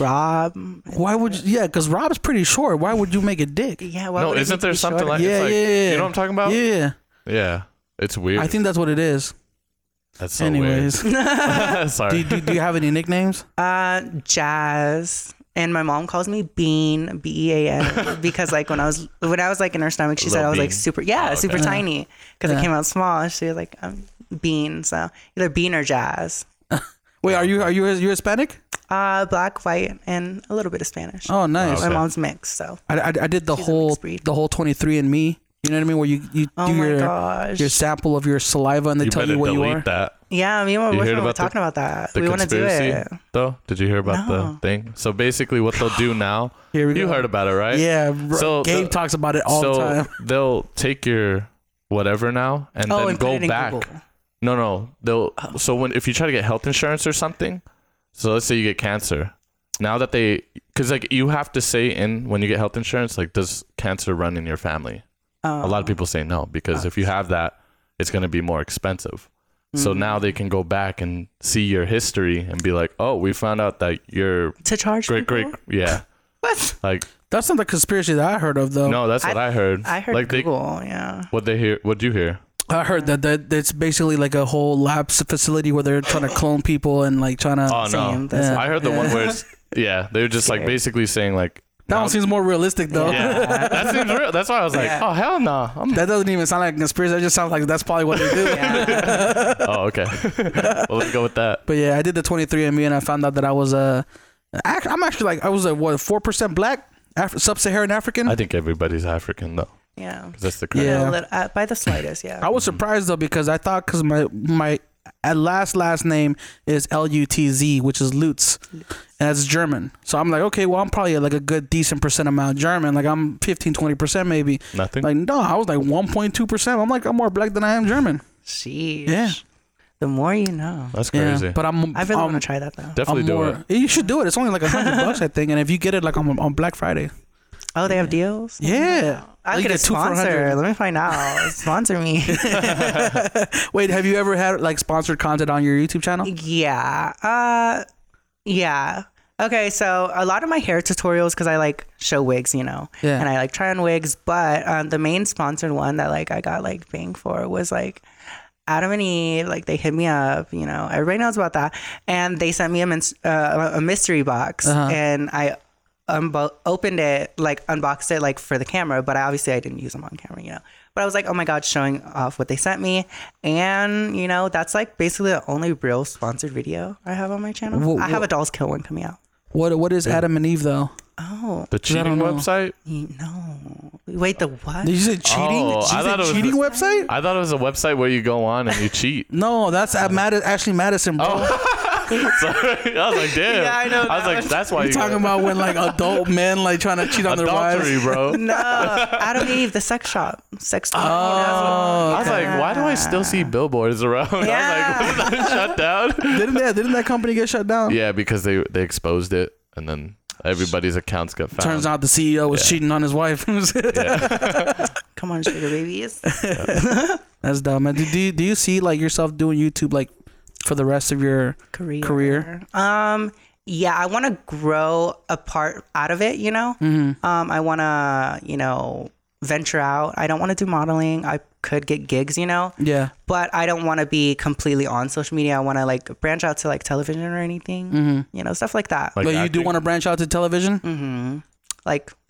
Rob. why would you, yeah? Because Rob's pretty short. Why would you make a dick? Yeah, Yeah. Why no, would it isn't need to there be something shorter? like, Yeah, it's like yeah, yeah. you know what I'm talking about? Yeah, it's weird. I think that's what it is. that's so Anyways, weird. do, Sorry. do, do you have any nicknames? Uh, jazz. And my mom calls me Bean, B E A N, because like when I was when I was like in her stomach, she said Little I was like bean. super, yeah, Oh, super okay. tiny because I came out small. She was like um, Bean, so either Bean or Jazz. Wait, are you are you you Hispanic? Uh, black, white, and a little bit of Spanish. Oh, nice. My mom's mixed, so I, I, I did the She's a whole mixed breed. the whole twenty three and me. You know what I mean? Where you you oh do my your gosh, your sample of your saliva and they you tell better you what you delete are. that. yeah, me and my You heard boyfriend were about the- talking about that. The we want to do conspiracy, it. though. Did you hear about No. the thing? So basically, what they'll do now. Here we you go. heard about it, right? Yeah, bro, So Gabe the- talks about it all so the time. they'll take your whatever now and Oh, then and put go it in back. Google. No, no. They'll so when if you try to get health insurance or something, so let's say you get cancer. Now that they, because like you have to say in when you get health insurance, like does cancer run in your family? A Oh. lot of people say no because if you have that, it's going to be more expensive. So Mm. now they can go back and see your history and be like, oh, we found out that your to charge. great great people? yeah, What? like That's not the conspiracy that I heard of though. no, that's what I, heard. Oh, I heard like they Google. yeah. what they hear what you hear. I heard that, that it's basically like a whole lab facility where they're trying to clone people and like trying to. Oh Same, no, that's Yeah. I heard the one where it's yeah, they were just like basically saying like that one seems more realistic though. Yeah, that seems real. That's why I was like, oh hell no. I'm, That doesn't even sound like a conspiracy. That just sounds like that's probably what they do. oh okay. well, let's go with that. But yeah, I did the 23andMe and I found out that I was a. Uh, I'm actually like I was a what four percent black, Af- sub-Saharan African. I think everybody's African though. Yeah. 'cause That's the Yeah. crazy. A little- uh, by the slightest, yeah. I was surprised though because I thought because my my at last last name is L U T Z, which is Lutz, and that's German. So I'm like, okay, well I'm probably like a good decent percent amount German. Like I'm 15, 20 percent maybe. Nothing. Like no, I was like 1.2 percent. I'm like I'm more black than I am German. Sheesh. Yeah. The more you know. That's Yeah, crazy. but I'm I really I'm- want to try that though. Definitely I'm do more, it. You should do it. It's only like a hundred bucks, I think. And if you get it like on, on Black Friday, Oh, they have deals. yeah, I You could a get two for a sponsor. hundred. Let me find out. sponsor me. Wait, have you ever had like sponsored content on your YouTube channel? E yeah. Uh, yeah. Okay, so a lot of my hair tutorials because I like show wigs, you know, Yeah. and I like try on wigs. But um, the main sponsored one that like I got like bang for was like Adam and Eve. Like they hit me up, you know, everybody knows about that, and they sent me a min- uh, a mystery box, Uh-huh. and I unbo- opened it, like unboxed it, like for the camera. But I, obviously, I didn't use them on camera, you know. But I was like, oh my god, showing off what they sent me, and you know, that's like basically the only real sponsored video I have on my channel. Wha- I have wha- a Dolls Kill one coming out. What What is Adam and Eve though? Oh The cheating know. website. no! Wait, the what? Did you say cheating? Oh, Did you say I thought it was cheating the- website? I thought it was a website where you go on and you cheat. no, that's at Mad- Ashley Madison, Oh, bro. Sorry. I was like, damn. Yeah, I I know was that like, one. that's why You're you talking about when like adult men like trying to cheat on their wives. adultery, bro. no, Adam and Eve, the sex shop, sex. Oh, I was like, why do I still see billboards around? I was like, was that shut down? Didn't that Didn't that company get shut down? Yeah, because they they exposed it, and then everybody's accounts got found. Turns out the CEO was Yeah. cheating on his wife. Come on, sugar babies. That's dumb. man. Do, do you- Do you see like yourself doing YouTube like for the rest of your career. Career. Um, yeah, I want to grow apart out of it. You know, Mm-hmm. um, I want to, you know, venture out. I don't want to do modeling. I could get gigs. You know, yeah? but I don't want to be completely on social media. I want to like branch out to like television or anything. Mm-hmm. You know, stuff like that. Like, Like But you do acting. want to branch out to television? Mm-hmm.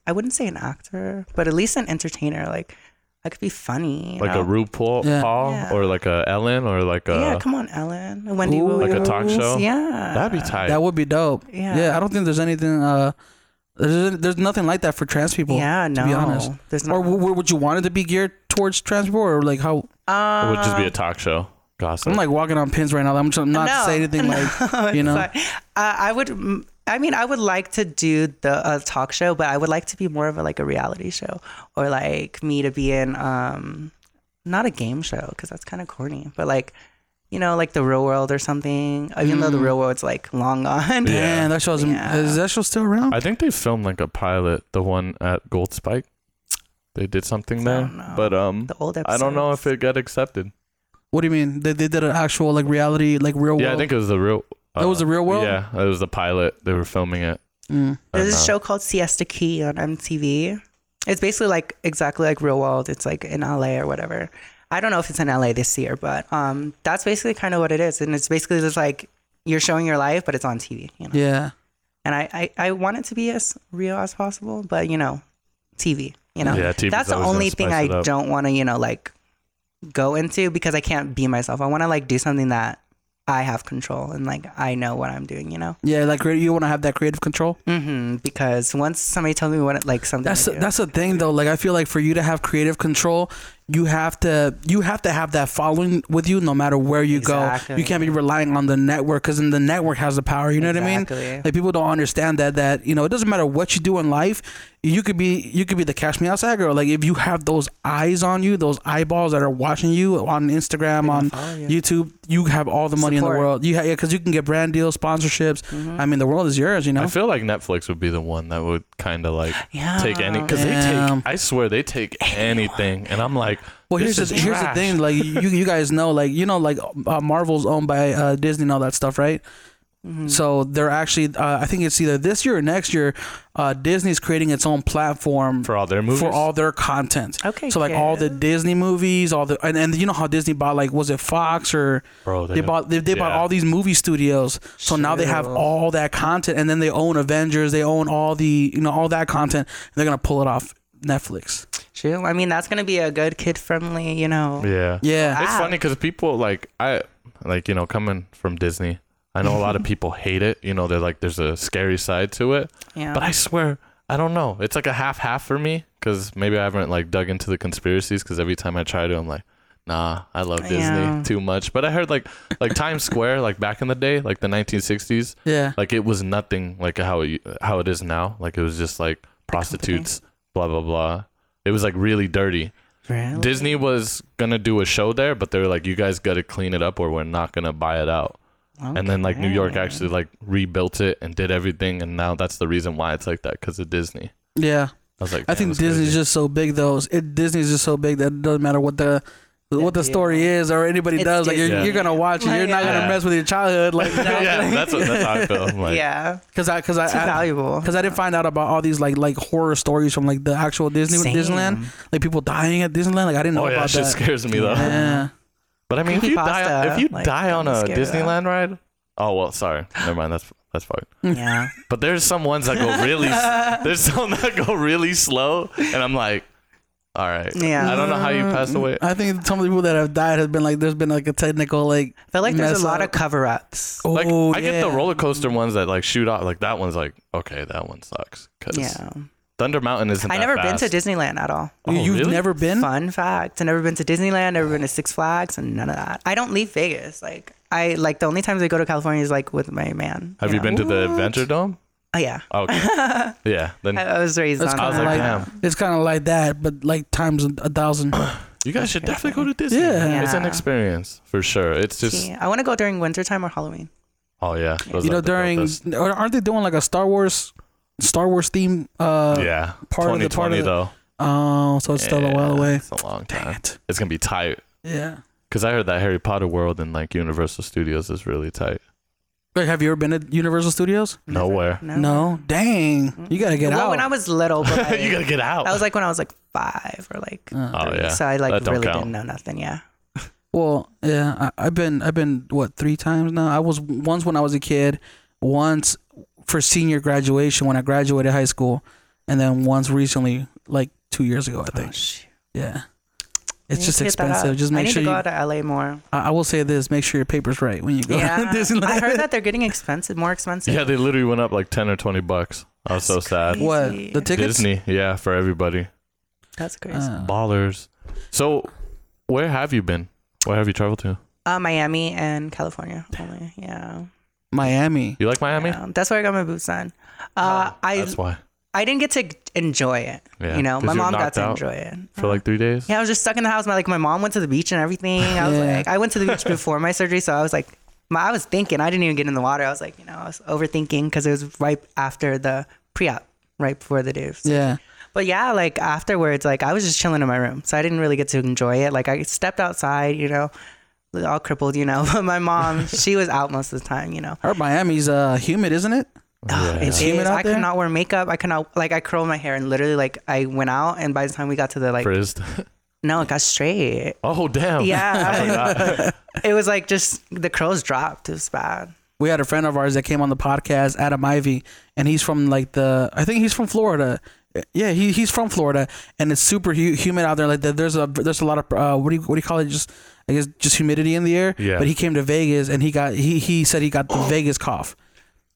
I wouldn't say an actor, but at least an entertainer. Like, I could be funny. you like know? a RuPaul Yeah. Paul Yeah. or like a Ellen or like yeah. a Come on, Ellen, Wendy, Ooh. Williams. like a talk show. Yeah, That'd be tight. That would be dope. Yeah. Yeah. I don't think there's anything. Uh, there's there's nothing like that for trans people. Yeah, To no, be honest. there's not. Or w- w- would you want it to be geared towards trans people, or like how? it would just be a talk show. gossip. I'm like walking on pins right now. I'm trying not to No, say anything like you know. But uh, I would. mm, I mean, I would like to do the uh, talk show, but I would like to be more of a, like a reality show, or like me to be in um, not a game show because that's kind of corny, but like you know, like the Real World or something. Even Mm. though the Real World's like long gone. Yeah. Man, that show's Yeah. is that show still around? I think they filmed like a pilot, the one at Gold Spike. They did something there, don't know. but um, The old I don't know if episodes. it got accepted. what do you mean? They, they did an actual like reality like real Yeah, world. I think it was the real. uh, That was the real world? Yeah, it was the pilot. They were filming it. Mm. I There's a don't show called Siesta Key on MTV. It's basically like exactly like Real World. It's like in LA or whatever. I don't know if it's in LA this year, but um, that's basically kind of what it is. And it's basically just like you're showing your life, but it's on TV. You know? Yeah. And I, I, I want it to be as real as possible, but you know, TV. You know, Yeah, TV 's that's the always gonna only thing spice I it up. don't want to you know like go into because I can't be myself. I want to like do something that I have control and like I know what I'm doing. You know. Yeah, like crea- you want to have that creative control. hmm because once somebody tells me what it, like something That's I the, do- that's the thing though. Like I feel like for you to have creative control, you have to you have to have that following with you no matter where you Exactly. go. You can't be relying on the network because then the network has the power. You know what I mean? Exactly. Like people don't understand that that you know it doesn't matter what you do in life. You could be you could be the cash me outside girl. Like if you have those eyes on you, those eyeballs that are watching you on Instagram, on YouTube, you have all the money in Support. Mm-hmm. the world. You ha- yeah, because you can get brand deals, sponsorships. I mean, the world is yours. You know. I feel like Netflix would be the one that would kind of like Yeah. take any because they Damn. take. I swear they take anything, and I'm like, Well, this here's is the, here's the trash. thing. Like you, you guys know, like you know, like uh, Marvel's owned by uh, Disney and all that stuff, right? Mm-hmm. So they're actually, uh, I think it's either this year or next year. Uh, Disney's creating its own platform for all their movies. for all their content. Okay, So like all the good. Disney movies, all the and, and you know how Disney bought like was it Fox or Bro, they, they- bought they, they bought yeah. all these movie studios. So now they have Shoot. all that content, and then they own Avengers, they own all the you know all that content. And they're gonna pull it off Netflix. True. I mean, that's gonna be a good kid friendly, you know. yeah, Yeah. It's funny because people like I like you know coming from Disney. I know a Mm-hmm. lot of people hate it. You know, they're like, there's a scary side to it. Yeah. But I swear, I don't know. It's like a half half for me because maybe I haven't like dug into the conspiracies because every time I try to, I'm like, nah, I love Disney Yeah. too much. But I heard like like Times Square, like back in the day, like the 1960s, Yeah. like it was nothing like how it, how it is now. Like it was just like prostitutes, blah blah blah. It was like really dirty. Really? Disney was gonna do a show there, but they're like, you guys gotta clean it up, or we're not gonna buy it out. And then like New York actually like rebuilt it and did everything, and now that's the reason why it's like that because of Disney. Yeah. I was like, I "Damn, think that's Disney's crazy." just so big though. It Disney's just so big that it doesn't matter what the what the story is or anybody It's does. Like you're, Disney. you're gonna watch it. You're not gonna Yeah. mess with your childhood. Like yeah, that's what, that's how I feel. I'm like, yeah. because I because I, Too I valuable. because I didn't find out about all these like like horror stories from like the actual Disney Same. Disneyland, like people dying at Disneyland. Like I didn't know Oh yeah, about shit that. scares me though. Yeah. But I mean, if you die, Creepypasta, if you like, die on a that'd be scary, though. Disneyland ride, oh well, sorry, never mind. That's that's fine. yeah. But there's some ones that go really, s- there's some that go really slow, and I'm like, all right, Yeah. I don't know how you passed away. I think some of the people that have died have been like there's been like a technical like I feel like there's mess a lot up. of cover ups. oh, Like I yeah. get the roller coaster ones that like shoot off. Like that one's like okay, that one sucks. Cause Yeah. Thunder Mountain isn't. I that never fast. been to Disneyland at all. Oh, You- You've really? never been? Fun fact. I've never been to Disneyland, never been to Six Flags and none of that. I don't leave Vegas. Like I like the only times I go to California is like with my man. Have you know? been to the Adventure Dome? Oh yeah. Okay. yeah. Then I, I was raised It's on I kind was of that. like, like damn. it's kind of like that, but like times a a thousand. you guys should definitely go to Disney. Yeah. It's an Yeah. experience for sure. It's just. Yeah. I want to go during wintertime or Halloween. Oh yeah. Those you are know the during dopest. or aren't they doing like a Star Wars Star Wars theme uh yeah. part of the- 2020 part of the- though. oh so it's still a while Yeah, away It's a long dang time. it It's gonna be tight. yeah Cause I heard that Harry Potter world in like Universal Studios is really tight. like have you ever been at Universal Studios Nowhere. No. no dang you gotta get Mm-hmm. well, out when I was little, but like, you gotta get out. that was like when I was like five or like. Uh, oh yeah. So I like That don't really count. didn't know nothing. Yeah. well yeah I, I've been I've been what three times now I was once when I was a kid once for senior graduation when I graduated high school and then once recently like two years ago I Oh, think yeah it's just expensive just I make need sure to you go out to LA more. I, I will say this make sure your paper's right when you go Yeah. to Disneyland I heard that they're getting expensive, more expensive. Yeah, they literally went up like ten or twenty bucks. I was so sad. What Easy. the tickets? Disney, yeah, for everybody. That's crazy. Uh, Ballers. So, where have you been? Where have you traveled to? Uh, Miami and California only. Yeah. Miami. You like Miami? Um, that's where I got my boots on. Uh, I Oh, That's why. I didn't get to enjoy it. Yeah, You know, 'cause my you were mom got knocked to out. enjoy it. For like three days. uh, Yeah, I was just stuck in the house. My like my mom went to the beach and everything. I was Yeah. like, I went to the beach before my surgery, so I was like, my, I was thinking. I didn't even get in the water. I was like, you know, I was overthinking because it was right after the pre-op, right before the day. of surgery. Yeah. But yeah, like afterwards, like I was just chilling in my room, so I didn't really get to enjoy it. Like I stepped outside, you know, all crippled, you know. But my mom, she was out most of the time, you know. I heard Miami's uh, humid, isn't it? Ugh, It is. humid out I there? could not wear makeup. I could not like I curled my hair and literally like I went out and by the time we got to the like Frizzed. no, it got straight. Oh damn. Yeah. it was like just the curls dropped. It was bad. we had a friend of ours that came on the podcast, Adam Ivy, and he's from like the I think he's from Florida. Yeah, he, he's from Florida, and it's super hu- humid out there. Like there- there's a there's a lot of uh, what do you what do you call it? Just I guess just humidity in the air. Yeah. But he came to Vegas and he got he he said he got the Vegas cough.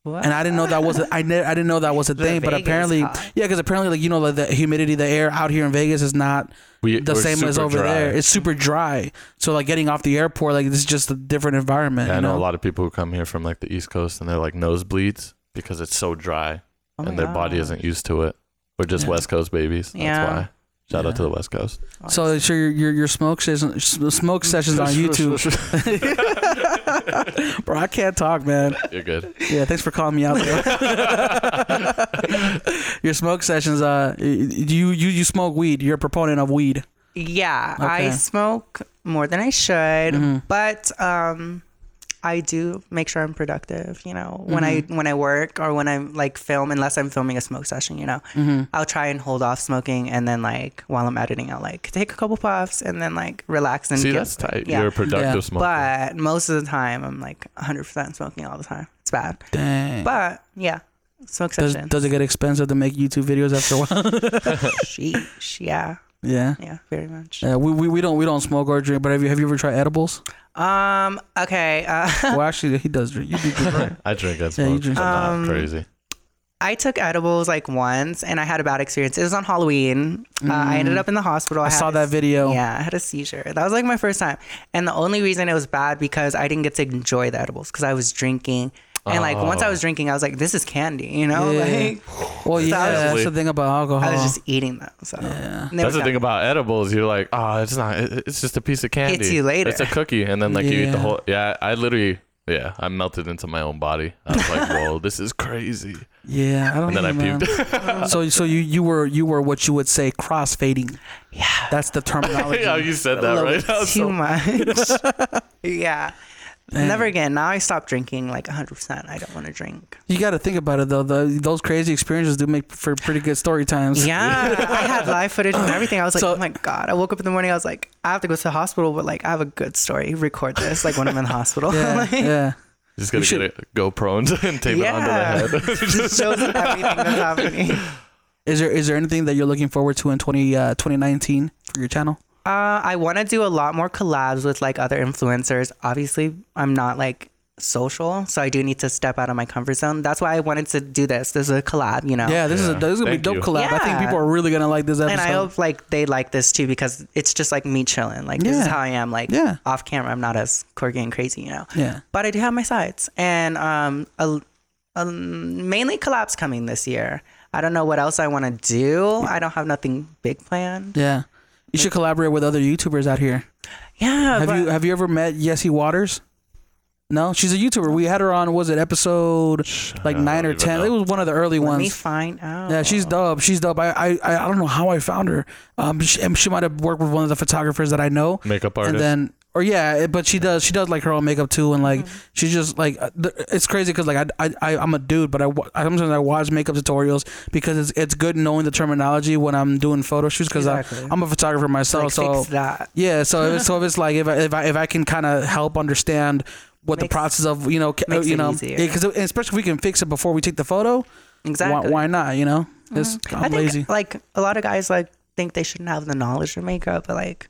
And I didn't know that was a, I, ne- I didn't know that was a thing, but Vegas apparently cough. yeah, because apparently like you know like the humidity, the air out here in Vegas is not We- the we're same as super over dry. there. It's super dry. So like getting off the airport, like this is just a different environment. Yeah, I you know a lot of people who come here from like the East Coast and they're like nosebleeds because it's so dry Oh my and their body God. isn't used to it. We're just Yeah. West Coast babies. That's Yeah. why. Shout out to the West Coast. So, so your your, your smoke sessions smoke sessions on YouTube, bro. I can't talk, man. You're good. Yeah, thanks for calling me out. bro. your smoke sessions, uh, you you you smoke weed. You're a proponent of weed. Yeah, Okay. Mm-hmm. I smoke more than I should, but um I do make sure I'm productive, you know, when Mm-hmm. I when I work or when I'm like film unless I'm filming a smoke session, you know. Mm-hmm. I'll try and hold off smoking and then like while I'm editing I'll like take a couple puffs and then like relax and See, get- that's tight. Yeah. You're a productive Yeah. smoker. but most of the time I'm like 100% smoking all the time. It's bad. Dang. But yeah, smoke Does, session. does it get expensive to make YouTube videos after a while? Sheesh. Yeah. yeah. Yeah. Very much. Yeah, Uh, we, we, we don't we don't smoke or drink, but have you have you ever tried edibles? Um. Okay. Uh, well, actually, he does drink. You do drink, right? I drink and Yeah, smoke. you Yeah, drink. Um, not crazy. I took edibles like once, and I had a bad experience. It was on Halloween. Uh, I ended up in the hospital. Mm. I had saw a- that video. Yeah, I had a seizure. That was like my first time, and the only reason it was bad because I didn't get to enjoy the edibles because I was drinking. And like once I was drinking, I was like, "This is candy," you know. Oh. Yeah. Like Well, yeah, that's Probably. the thing about alcohol. I was just eating them. So yeah. That's the thing about edibles. You're like, oh, it's not. it- It's just a piece of candy. you later. It's a cookie, and then like you eat Yeah. the whole. Yeah, I literally. Yeah, I melted into my own body. I was like, whoa, this is crazy. yeah, I don't And then know, I man. puked. So so you you were you were what you would say crossfading. Yeah. That's the terminology. yeah, you said that right. I too was so- much. yeah. Never again. Now I stopped drinking like 100%. I don't want to drink. You got to think about it though. The, those crazy experiences do make for pretty good story times. Yeah. I had live footage and everything. I was like, So- oh my God. I woke up in the morning. I was like, I have to go to the hospital, but like, I have a good story. Record this, like when I'm in the hospital. Yeah. like, yeah. Just gotta should- get a GoPro and, and tape it Yeah. onto the head. just shows everything that's happening. Is there is there anything that you're looking forward to in 20, uh, 2019 for your channel? Uh, I want to do a lot more collabs with like other influencers. Obviously, I'm not like social, so I do need to step out of my comfort zone. That's why I wanted to do this. This is a collab, you know. Yeah, this is a, Yeah. this is gonna be Thank dope you. collab. I think Yeah. people are really gonna like this episode. And I hope like they like this too because it's just like me chilling. Like this is Yeah. how I am. Like Yeah. off camera, I'm not as quirky and crazy, you know. yeah. But I do have my sides, and um, a, um mainly collabs coming this year. I don't know what else I want to do. I don't have nothing big planned. Yeah. You should collaborate with other YouTubers out here. Yeah. Have but- you have you ever met Yessie Waters? No, she's a YouTuber. We had her on. Was it episode like nine or even ten? know. It was one of the early Let ones. me find out. Yeah, she's dope. She's dope. I, I I I don't know how I found her. Um, she, and she might have worked with one of the photographers that I know. Makeup And artist. then, or yeah, it- but she does she does like her own makeup too, and like Mm-hmm. she's just like uh, th- it's crazy because like I I i am a dude, but I wa- sometimes I watch makeup tutorials because it's it's good knowing the terminology when I'm doing photo shoots because Exactly. I'm a photographer myself. like, so fix that. yeah, so if it's, so if it's like if I, if I if I can kind of help understand what the Makes- process of you know ca- makes you it know easier. because especially if we can fix it before we take the photo, Exactly. Mm-hmm. why, why not? You know, it's, I'm I think lazy. like a lot of guys like think they shouldn't have the knowledge of makeup, but like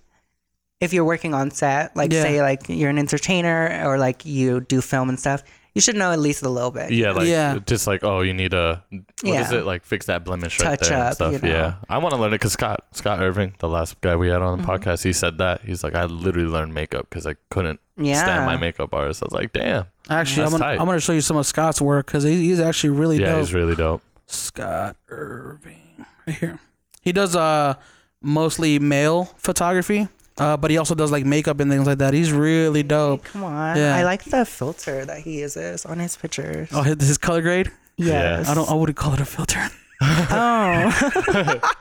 if you're working on set, like Yeah. say like you're an entertainer or like you do film and stuff, You should know at least a little bit. Yeah, like Yeah. just like oh, you need a what is Yeah. it like? Fix that blemish right Touch there and up, stuff. you know. Yeah, I want to learn it because Scott Scott Irving, the last guy we had on Mm-hmm. the podcast, he said that he's like I literally learned makeup because I couldn't Yeah. stand my makeup artist. I was like, damn, Actually, I'm That's gonna, tight. I'm gonna show you some of Scott's work because he, he's actually really yeah, dope. he's really dope. Scott Irving, right here. He does uh mostly male photography, uh, but he also does like makeup and things like that. He's really dope. Come on. Yeah. I like the filter that he uses on his pictures. Oh, his, his color grade? yes. I don't. I wouldn't call it a filter. Oh.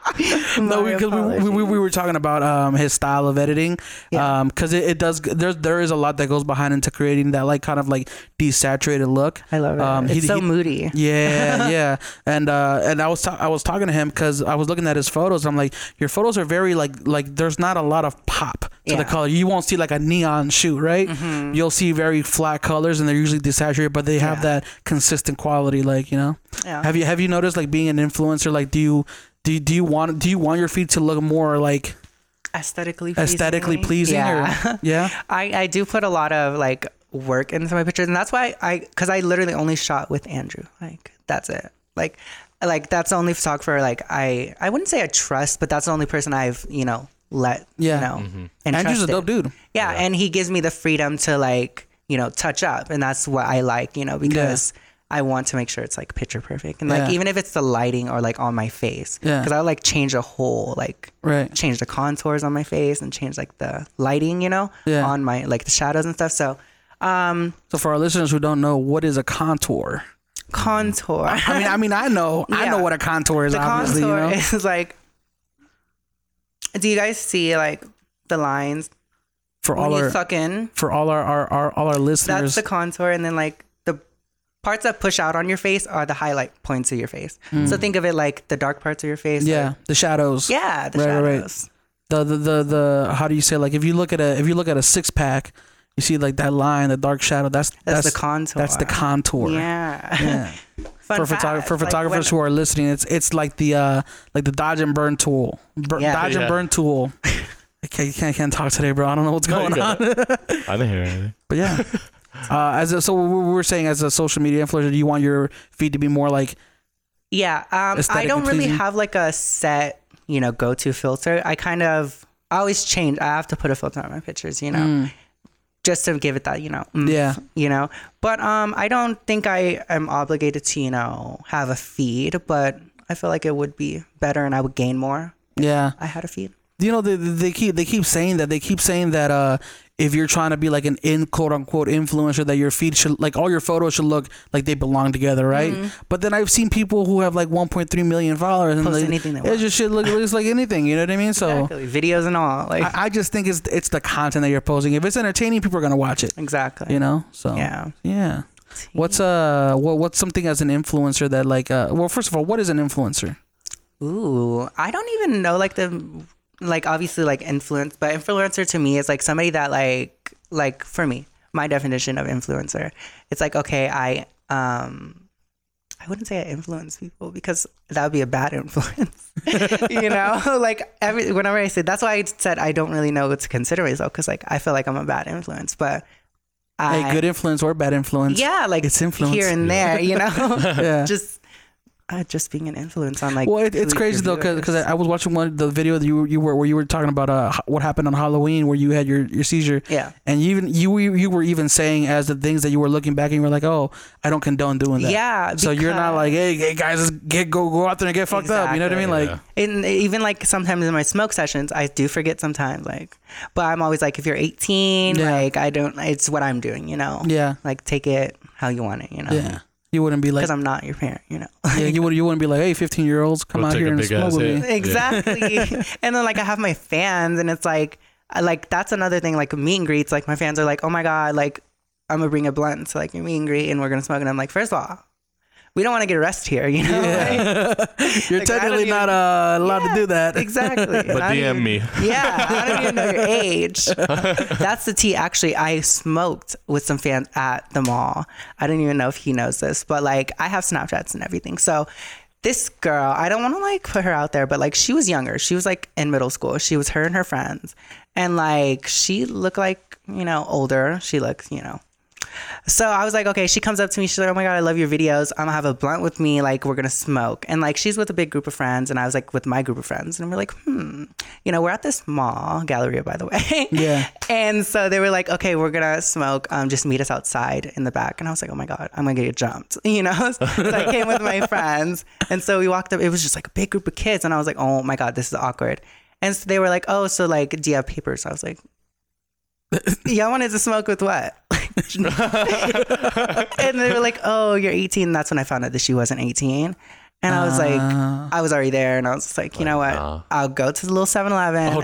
no, because we, we, we were talking about um, his style of editing. Yeah. Um 'cause because it, it does there there is a lot that goes behind into creating that like kind of like desaturated look. I love it. um, it's so moody. Yeah, yeah, and uh, and I was ta- I was talking to him because I was looking at his photos. I'm like, your photos are very like like there's not a lot of pop to Yeah. Mm-hmm. the color. You won't see like a neon shoot, right? You'll see very flat colors, and they're usually desaturated, but they have Yeah. that consistent quality. Like you know, Yeah. have you have you noticed like being an influencer? Like, do you do you- do you want do you want your feed to look more like aesthetically pleasing. aesthetically pleasing? Yeah. Or, yeah. I, I do put a lot of like work into my pictures and that's why I because I literally only shot with Andrew like that's it like like that's the only photographer like I I wouldn't say I trust but that's the only person I've you know let Yeah. you know and Andrew's a dope trusted. dude. yeah, and he gives me the freedom to like you know touch up and that's what I like you know because I want to make sure it's like picture perfect and like Yeah. even if it's the lighting or like on my face Yeah. because I like change a whole like Right. change the contours on my face and change like the lighting, you know, Yeah. on my like the shadows and stuff. So So for our listeners who don't know, what is a contour? contour. I mean, I mean, I know, I know Yeah. what a contour is. the obviously, contour you know? is like do you guys see like the lines for when all you our suck in? for all our, our, our all our That's listeners. the contour and then like the parts that push out on your face are the highlight points of your face. So think of it like the dark parts of your face. Hmm. yeah, like- the shadows. yeah, the Right, right, right. shadows. The, the the the how do you say like if you look at a if you look at a six pack, you see like that line, the dark shadow. That's That's the contour. That's the contour. Yeah. Yeah. Fun for, photog- fact, for like, photographers when- who are listening, it's it's like the uh like the dodge and burn tool, Bur- Yeah. dodge and Yeah. burn tool. I can't, I can't, can't talk today, bro. I don't know what's No, you going on. got it. I didn't hear anything. But yeah, uh, as a, so we we were saying, as a social media influencer, do you want your feed to be more like Yeah, um, I aesthetically don't really pleasing? have like a set, you know, go to filter. I kind of I always change. I have to put a filter on my pictures, you know, just to give it that, you know, mm, Mm. yeah, you know. But um, I don't think I am obligated to, you know, have a feed. But I feel like it would be better, and I would gain more. yeah? I had a feed. you know they, they keep they keep saying that they keep saying that uh if you're trying to be like an in quote unquote influencer that your feed should like all your photos should look like they belong together right but then i've seen people who have like 1.3 million followers and Mm-hmm. Post like, anything it they want. just shit look, looks like anything you know what i mean so Exactly. Videos and all, like Oh. I, I just think it's it's the content that you're posting if it's entertaining people are gonna watch it exactly. you know so Yeah. yeah what's uh what, what's something as an influencer that like uh well first of all what is an influencer Ooh, I don't even know like the like obviously like influence, but influencer to me is like somebody that like like for me, my definition of influencer. It's like okay, I um I wouldn't say I influence people because that would be a bad influence. you know, like every whenever I say that's why I said I don't really know what to consider myself because like I feel like I'm a bad influence, but I a good influence or bad influence yeah, like it's influence. here and there, you know, yeah just uh, just being an influence on like well it, who it's your crazy though because viewers. I, I was watching one the video that you you were where you were talking about uh h- what happened on halloween where you had your your seizure Yeah. and you even you were- you were even saying as the things that you were looking back and you were like oh i don't condone doing that Yeah, so you're not because- like hey, hey guys just get go go out there and get fucked up you know what i mean like Exactly. And even like sometimes in my smoke sessions, I do forget sometimes, like, but I'm always like, if you're 18, Yeah. like, I don't, it's what I'm doing, you know? Yeah. Like, take it how you want it, you know? Uh-huh. yeah you wouldn't be like Because I'm not your parent, you know? yeah, you would you wouldn't be like hey 15 year olds come We'll out take here a and big smoke ass with hit. me exactly. and then, like, I have my fans, and it's like, I, like, that's another thing, like, meet and greets, like, my fans are like, oh my God, like, I'm gonna bring a blunt to like your meet and greet, and we're gonna smoke. And I'm like, first of all, we don't want to get arrested here, you know? Like, you're Like, I don't technically even- not uh, allowed Yeah, to do that Exactly. But And I don't DM even- me. Yeah, I don't even know your age. That's the tea. Actually, I smoked with some fans at the mall. I don't even know if he knows this, but like I have Snapchats and everything. So this girl, I don't want to like put her out there, but like she was younger. She was like in middle school. She was her and her friends, and like she looked like you know older. She looked you know So I was like, okay. She comes up to me. She's like, oh my god, I love your videos. I'm gonna have a blunt with me. Like we're gonna smoke. And like she's with a big group of friends, and I was like with my group of friends, and we're like, hmm, you know, we're at this mall, Galleria, by the way. Yeah. And so they were like, okay, we're gonna smoke. Um, just meet us outside in the back. And I was like, oh my god, I'm gonna get jumped. You know. so I came with my friends, and so we walked up. It was just like a big group of kids, and I was like, oh my god, this is awkward. And so they were like, oh, so like, do you have papers? I was like, y'all wanted to smoke with what? and they were like, oh, you're 18. That's when I found out that she wasn't 18. And I was like, I was already there. And I was just like, you know what? nah. I'll go to the little 7 Eleven.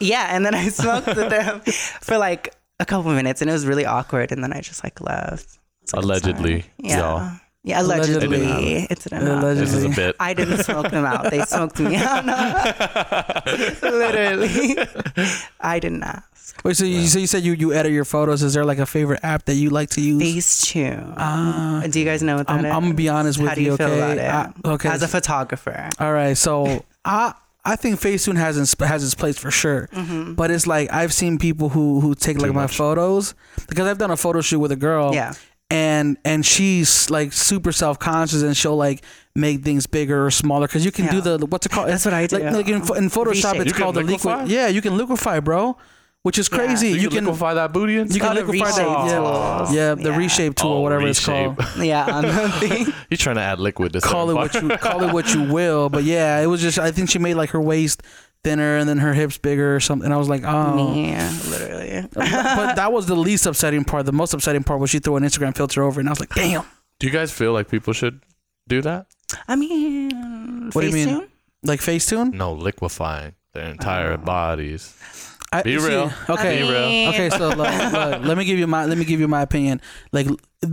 Yeah. And then I smoked with them for like a couple minutes. And it was really awkward. And then I just like left. It's like, I'm Allegedly, sorry. Yeah. y'all. Yeah, Allegedly. allegedly. It didn't It's an allegedly. This is a Allegedly. bit. I didn't smoke them out. They smoked me out. No. Literally. I did not. Wait, so you, so you said you, you edit your photos. Is there like a favorite app that you like to use? Facetune. do you guys know what that Ah. I'm, is? I'm gonna be honest with How do you feel okay, about it? I- okay. As a photographer. All right, so I I think Facetune has its, has its place for sure, Mm-hmm. but it's like I've seen people who who take like my photos because I've done a photo shoot with a girl, Yeah. and and she's like super self conscious and she'll like make things bigger or smaller because you can do Yeah. the what's it called? That's what I Like, do. like in, pho- in Photoshop, V-shape. it's You can called the liquefy? liquid. Yeah, you can liquefy, bro, which is crazy. You, You, can can. liquefy that booty. And you stuff? can Oh, the liquefy that, reshape yeah, tools. yeah, the Yeah. reshape tool Oh, or whatever reshape. it's called. Yeah, on the thing. You're trying to add liquid to call it what you call it what you will, but yeah, it was just I think she made like her waist thinner and then her hips bigger or something. And I was like, oh. Yeah, literally. but that was the least upsetting part. The most upsetting part was she threw an Instagram filter over, it, and I was like, damn. Do you guys feel like people should do that? I mean, What do you mean? Facetune? Like Facetune. No, liquefying their Oh. entire bodies. I, Be you see- real. Okay. Be real. Okay, so look, look, let me give you my let me give you my opinion. Like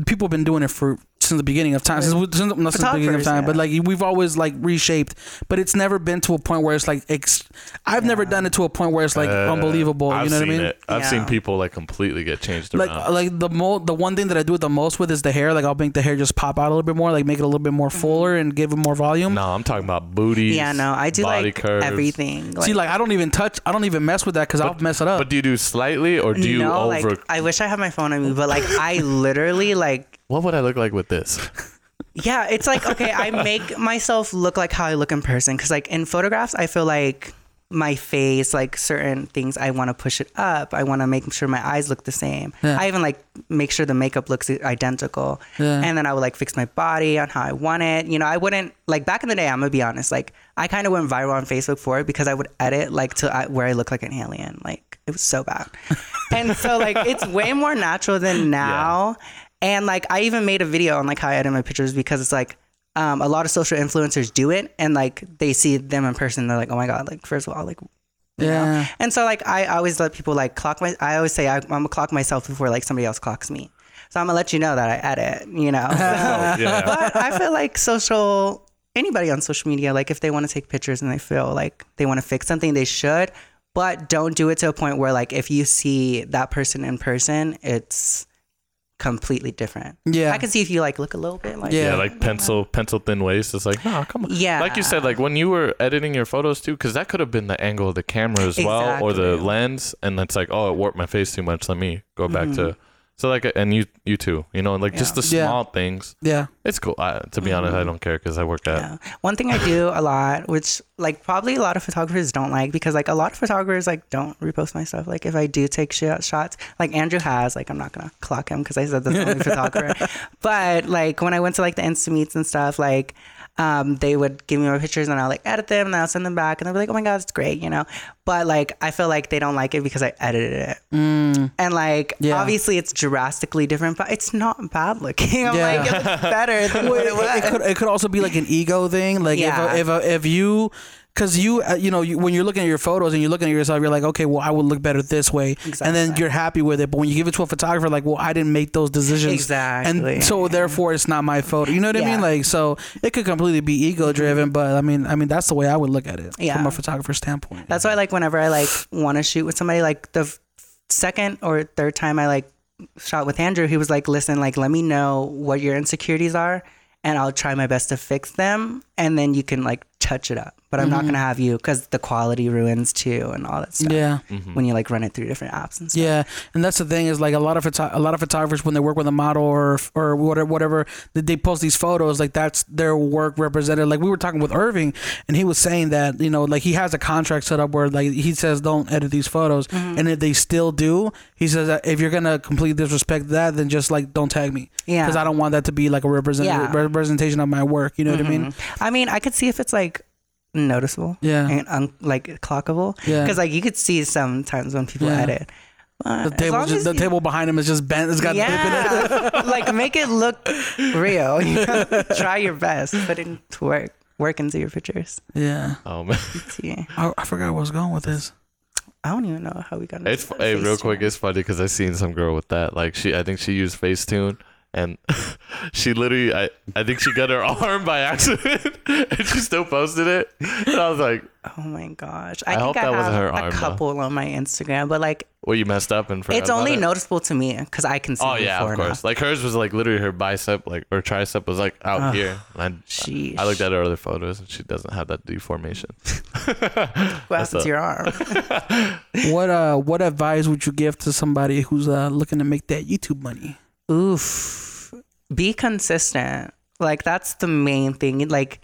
people have been doing it for since the beginning of time, since, we- since not since the beginning of Photographers, time, but yeah. like we've always like reshaped, but it's never been to a point where it's like ex- I've never done it to a point where it's like Uh, unbelievable. I've you know what I seen mean? It. I've Yeah. seen people like completely get changed around. like uh, like the mo- the one thing that I do it the most with is the hair. Like I'll make the hair just pop out a little bit more, like make it a little bit Mm-hmm. more fuller and give it more volume. no, I'm talking about booties. Yeah, no, I do body like curves. everything. Like, See, like I don't even touch, I don't even mess with that because I'll mess it up. But do you do slightly or do you no, over? like I wish I had my phone on me, but like I literally like what would I look like with this? yeah, it's like okay, I make myself look like how I look in person because like in photographs, I feel like my face, like certain things, I want to push it up. I want to make sure my eyes look the same. I even like make sure the makeup looks identical, and then I would like fix my body on how I want it. You know, I wouldn't like back in the day. I'm gonna be honest, like I kind of went viral on Facebook for it because I would edit like to I, where I look like an alien. Like it was so bad, and so like it's way more natural than now. And like I even made a video on like how I edit my pictures because it's like um, a lot of social influencers do it and like they see them in person they're like oh my god like first of all like you know? Yeah. and so like i always let people like clock my i always say I, i'm gonna clock myself before like somebody else clocks me so i'm gonna let you know that i edit you know Oh, yeah. but i feel like social anybody on social media like if they want to take pictures and they feel like they want to fix something they should but don't do it to a point where like if you see that person in person it's completely different Yeah. i can see if you like look a little bit like Yeah. Yeah, like pencil, pencil thin waist. It's like, nah, come on. Yeah. Like you said, like when you were editing your photos too, because that could have been the angle of the camera as well, or the Exactly. lens, and it's like, oh, it warped my face too much. Let me go back Mm-hmm. to. So like, and you, you too, you know, like just the Yeah. small things. yeah, It's cool. I, to be honest, I don't care because I work at. Mm-hmm. Yeah. One thing I do a lot, which like probably a lot of photographers don't like, because like a lot of photographers like don't repost my stuff. Like if I do take shot, shots, like Andrew has, like I'm not gonna clock him because I said that's the only photographer. But like when I went to like the Insta meets and stuff, like um, they would give me my pictures and I'll like edit them and I'll send them back and they'll be like, oh my god, it's great, you know. But like I feel like they don't like it because I edited it, and like Mm. Yeah. obviously it's drastically different, but it's not bad looking. I'm Yeah. like it's better than what it was. it could it could also be like an ego thing. Like Yeah. if a, if a, if you. Cause you, uh, you know, you, when you're looking at your photos and you're looking at yourself, you're like, okay, well, I would look better this way, and then Exactly. you're happy with it. But when you give it to a photographer, like, well, I didn't make those decisions, Exactly. and so therefore it's not my photo. You know what I mean? Yeah. Like, so it could completely be ego driven, but I mean, I mean, that's the way I would look at it Yeah. from a photographer's standpoint. That's why, like, whenever I like want to shoot with somebody, like the f- second or third time I like shot with Andrew, he was like, "Listen, like, let me know what your insecurities are, and I'll try my best to fix them, and then you can like touch it up." but I'm not Mm-hmm. gonna have you because the quality ruins too and all that stuff. Yeah. When you like run it through different apps and stuff. Yeah, and that's the thing is like a lot of photo- a lot of photographers when they work with a model or or whatever whatever that they post these photos like that's their work represented. Like we were talking with Irving, and he was saying that you know like he has a contract set up where like he says don't edit these photos, Mm-hmm. and if they still do, he says that if you're gonna completely disrespect that, then just like don't tag me, Yeah. because I don't want that to be like a represent- Yeah. Mm-hmm. representation of my work. You know what I mean? I mean, I could see if it's like noticeable. Yeah. And un- like clockable. Yeah. Because like you could see sometimes when people Yeah. edit. But The as table, long just, as the you- table behind him is just bent. It's got dip in it. yeah. like make it look real. You know? Try your best, put in work, work into your pictures. Yeah, Oh man, See, I, I forgot where I was going with this. I don't even know how we got. into it's hey, real FaceTime. quick. It's funny because I seen some girl with that. Like she, I think she used Facetune, and she literally, I, I think she got her arm by accident, and she still posted it. And I was like, Oh my gosh! I I, think hope I that have wasn't her a arm, though. couple on my Instagram, but like "Well, you messed up and forgot it's about only it." noticeable to me because I can see. Oh yeah, before of and course. Like hers was like literally her bicep, like or tricep was like out here. And Sheesh. I, I looked at her other photos, and she doesn't have that deformation. after. What happened to your arm? What uh what advice would you give to somebody who's uh looking to make that YouTube money? Oof. Be consistent. Like that's the main thing. Like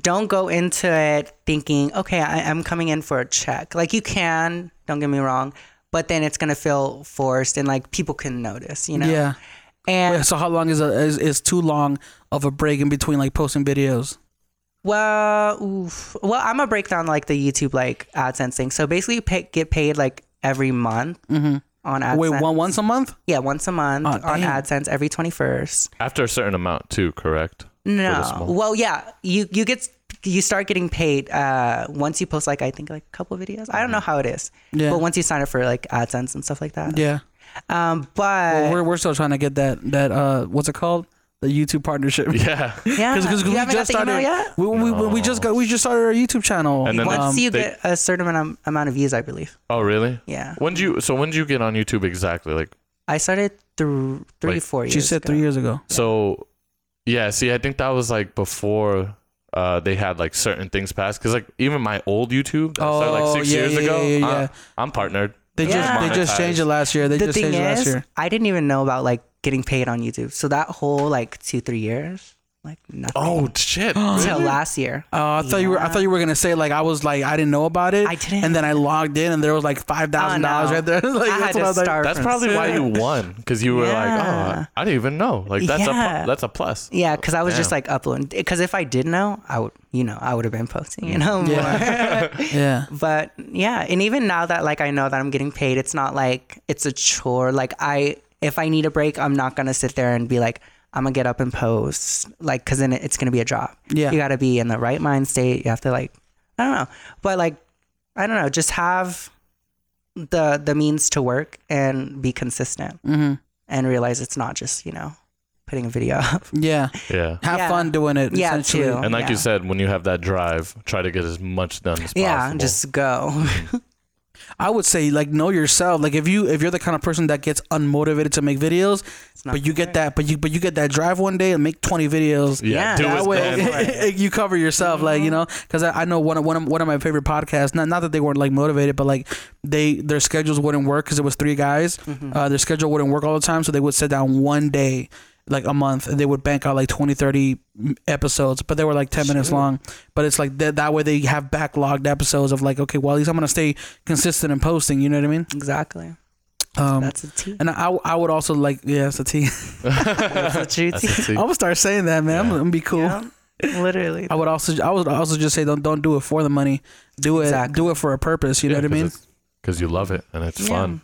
don't go into it thinking, okay, I, I'm coming in for a check. Like you can, don't get me wrong, but then it's gonna feel forced and like people can notice, you know? Yeah. And Wait, so how long is a is, is too long of a break in between like posting videos? well, oof. well, I'm gonna break down like the YouTube like AdSense thing. So basically, you pay, get paid like every month on AdSense. Mm-hmm. Wait, one once a month? Yeah, once a month Aw, on damn. AdSense every 21st. After a certain amount, too, correct? No. small- Well, yeah, you you get you start getting paid uh, once you post like I think like a couple videos. I don't know how it is, Mm-hmm. Yeah. but once you sign up for like AdSense and stuff like that. Yeah. Um, but We're we're still trying to get that that uh what's it called? The YouTube partnership. Yeah. yeah, Because you we haven't just got started the email yet. we, we, we just got we just started our YouTube channel. And then Once um, you they- get a certain amount, amount of views, I believe. Oh really? Yeah, When do you? So when did you get on YouTube exactly? Like I started through three, Like- four years. she said ago. three years ago. so, yeah. See, I think that was like before. Uh, they had like certain things passed because like even my old YouTube that started Oh, like six yeah, years yeah, ago. yeah, yeah, uh, yeah. I'm partnered. They It was just Yeah. they just changed it monetized. last year. They The just thing changed it last is, year. I didn't even know about like getting paid on YouTube. So that whole like two, three years, like nothing Oh shit! until last year. Oh, I thought you were. I thought you were gonna say like I was like I didn't know about it. I didn't. And then I logged in and there was like five thousand dollars no. right there. like, I had what to was like, start. That's from probably why scratch. you won because you were like, Yeah. oh, I didn't even know. Like that's a Yeah. pl- that's a plus. Yeah, because I was just Damn. like uploading. Because if I did know, I would, you know, I would have been posting, you know. More. Yeah. but yeah, and even now that like I know that I'm getting paid, it's not like it's a chore. Like I, if I need a break, I'm not gonna sit there and be like, I'm gonna get up and post, like, because then it- it's gonna be a job. Yeah. you gotta be in the right mind state. You have to like, I don't know, but like, I don't know, just have the the means to work and be consistent Mm-hmm. and realize it's not just you know putting a video up. Yeah. Yeah. Have Yeah. fun doing it. Yeah, essentially. too. And like you Yeah. said, when you have that drive, try to get as much done as Yeah, possible. just go. I would say like know yourself. Like if you if you're the kind of person that gets unmotivated to make videos, not but you get that, but you but you get that drive one day and make 20 videos. Yeah, yeah, do that as That best. way you cover yourself, like you know, because I, I know one of one of, one of my favorite podcasts. Not not that they weren't like motivated, but like they their schedules wouldn't work because it was three guys. Uh, their schedule wouldn't work all the time, so they would sit down one day, like a month, and they would bank out like 20, 30 episodes, but they were like ten minutes long. But it's like that that way they have backlogged episodes of like, okay, well at least I'm gonna stay consistent in posting. You know what I mean? Exactly. That's a T. And I, I would also like yeah, it's a T. That's a true T. See? I'm gonna start saying that, man. I'm, gonna- I'm gonna be cool. Yeah, Literally. I would also I would also just say don't don't do it for the money. Do it Exactly. do it for a purpose. You know what I mean? Because you love it and it's fun.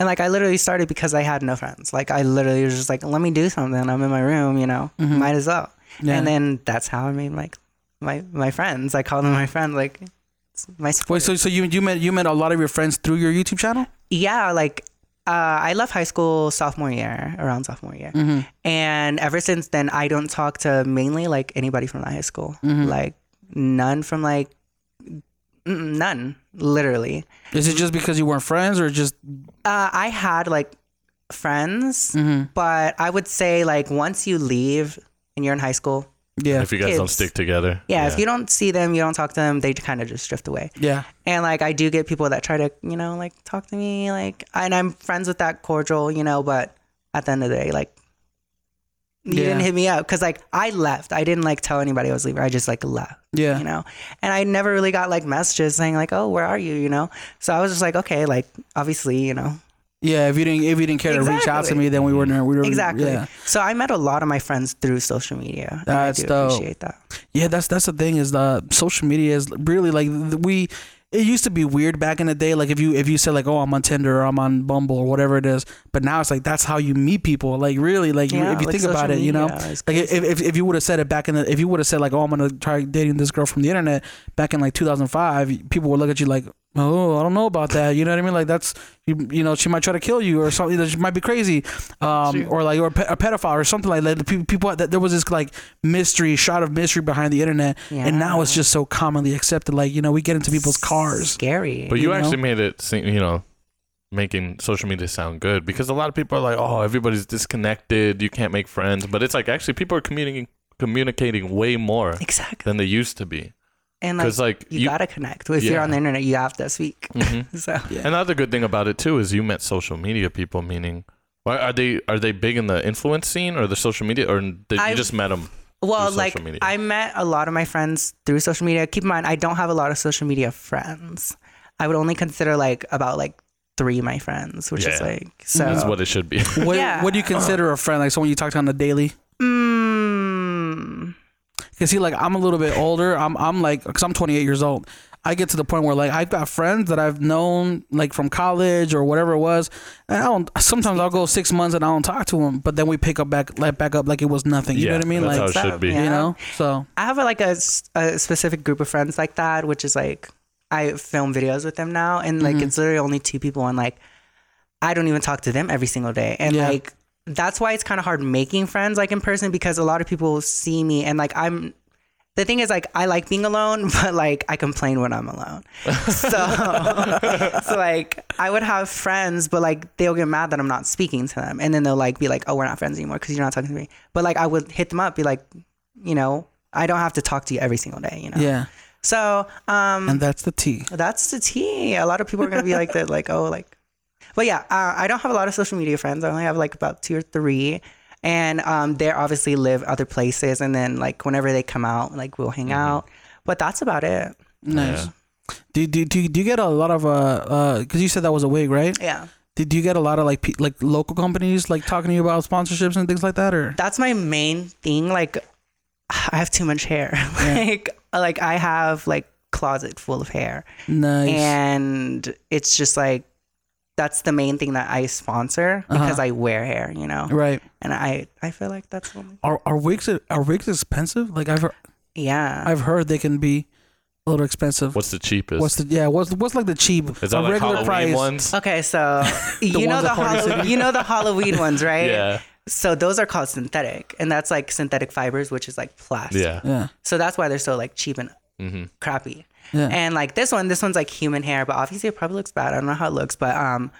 And like I literally started because I had no friends. Like I literally was just like, let me do something. I'm in my room, you know. Might as well. Yeah. And then that's how I made like my my friends. I call them my friends. Like it's my support. Wait, so so you you met you met a lot of your friends through your YouTube channel? yeah, like uh, I left high school sophomore year, around sophomore year, and ever since then, I don't talk to mainly like anybody from the high school, like none from like mm, none, literally. Is Mm-hmm. it just because you weren't friends or just Uh, I had like friends, but I would say like once you leave and you're in high school, Yeah. If you guys don't Kids. stick together. yeah, if you don't see them, you don't talk to them, they kind of just drift away. Yeah. And like I do get people that try to, you know, like talk to me, like and I'm friends with that cordial, you know, but at the end of the day, like you Yeah. didn't hit me up because like I left. I didn't like tell anybody I was leaving. I just like left, Yeah. you know. And I never really got like messages saying like, "Oh, where are you?" You know. So I was just like, okay, like obviously, you know, Yeah. If you didn't if you didn't care to reach out to Exactly. me, then we were we were exactly. Yeah. So I met a lot of my friends through social media. and That's I do dope. appreciate that. Yeah, that's that's the thing is the social media is really like th- we. It used to be weird back in the day, like if you if you said like, oh, I'm on Tinder or I'm on Bumble or whatever it is, but now it's like that's how you meet people. Like really, like you Yeah, if you like think about social it, you know, media is like if, if if you would have said it back in the if you would have said like, oh, I'm gonna try dating this girl from the internet back in like 2005, people would look at you like, oh, I don't know about that. You know what I mean? Like that's you, you know she might try to kill you or something. She might be crazy, um, or like or a pe- a pedophile or something like that. The pe- People that there was this like mystery shot of mystery behind the internet, and now it's just so commonly accepted. Like you know we get into people's cars. Scary. But you, you know? actually made it seem, you know, making social media sound good because a lot of people are like, oh, everybody's disconnected. You can't make friends. But it's like actually people are communicating communicating way more exactly. than they used to be. And 'Cause, like, you, you- gotta connect. If you're Yeah. Mm. on the internet, you have to speak. so Another good thing about it too is you met social media people, meaning. why- Are they are they big in the influence scene or the social media or did you I've- just met them? well Through like social media. i met a lot of my friends through social media keep in mind i don't have a lot of social media friends i would only consider like about like three my friends which is Yeah. Mm-hmm. like so That's what it should be. What, Yeah. what do you consider a friend? Like someone you talk to on the daily? mm, Cause see, like I'm a little bit older. I'm I'm like, cause I'm 28 years old. I get to the point where like I've got friends that I've known like from college or whatever it was, and I don't. Sometimes I'll go six months and I don't talk to them, but then we pick up back like back up like it was nothing. You yeah, know what I mean? Like That's how it should be. Yeah. you know. So i have like a, s- a specific group of friends like that which is like i film videos with them now and like it's literally only two people and like i don't even talk to them every single day and Yeah. like that's why it's kind of hard making friends like in person because a lot of people see me and like i'm the thing is like I like being alone, but like I complain when I'm alone. So, so like I would have friends, but like they'll get mad that I'm not speaking to them, and then they'll like be like, "Oh, we're not friends anymore because you're not talking to me." But like I would hit them up, be like, you know, I don't have to talk to you every single day, you know. yeah, So um, and that's the T. that's the tea. A lot of people are gonna be like that, like oh, like. But yeah, uh, I don't have a lot of social media friends. I only have like about two or three, and um, they obviously live other places. And then like whenever they come out, like we'll hang out. But that's about it. Nice. Do, do, do, do you get a lot of uh uh? Cause you said that was a wig, right? Yeah, Did you get a lot of like pe- like local companies like talking to you about sponsorships and things like that, or that's my main thing. Like, I have too much hair. like, like I have like closet full of hair. nice? and it's just like that's the main thing that I sponsor because I wear hair, you know. right. And I I feel like that's the only Are are wigs are wigs expensive? Like I've heard, yeah. I've heard they can be a little expensive. What's the cheapest? What's the yeah? What's what's like the cheap is that a like regular Halloween price? ones? okay, so you know ones the at Party Hallow- you know the Halloween ones, right? Yeah. So those are called synthetic, and that's like synthetic fibers, which is like plastic. Yeah. Yeah, So that's why they're so like cheap and crappy. Yeah. And like this one, this one's like human hair, but obviously it probably looks bad. I don't know how it looks, but um,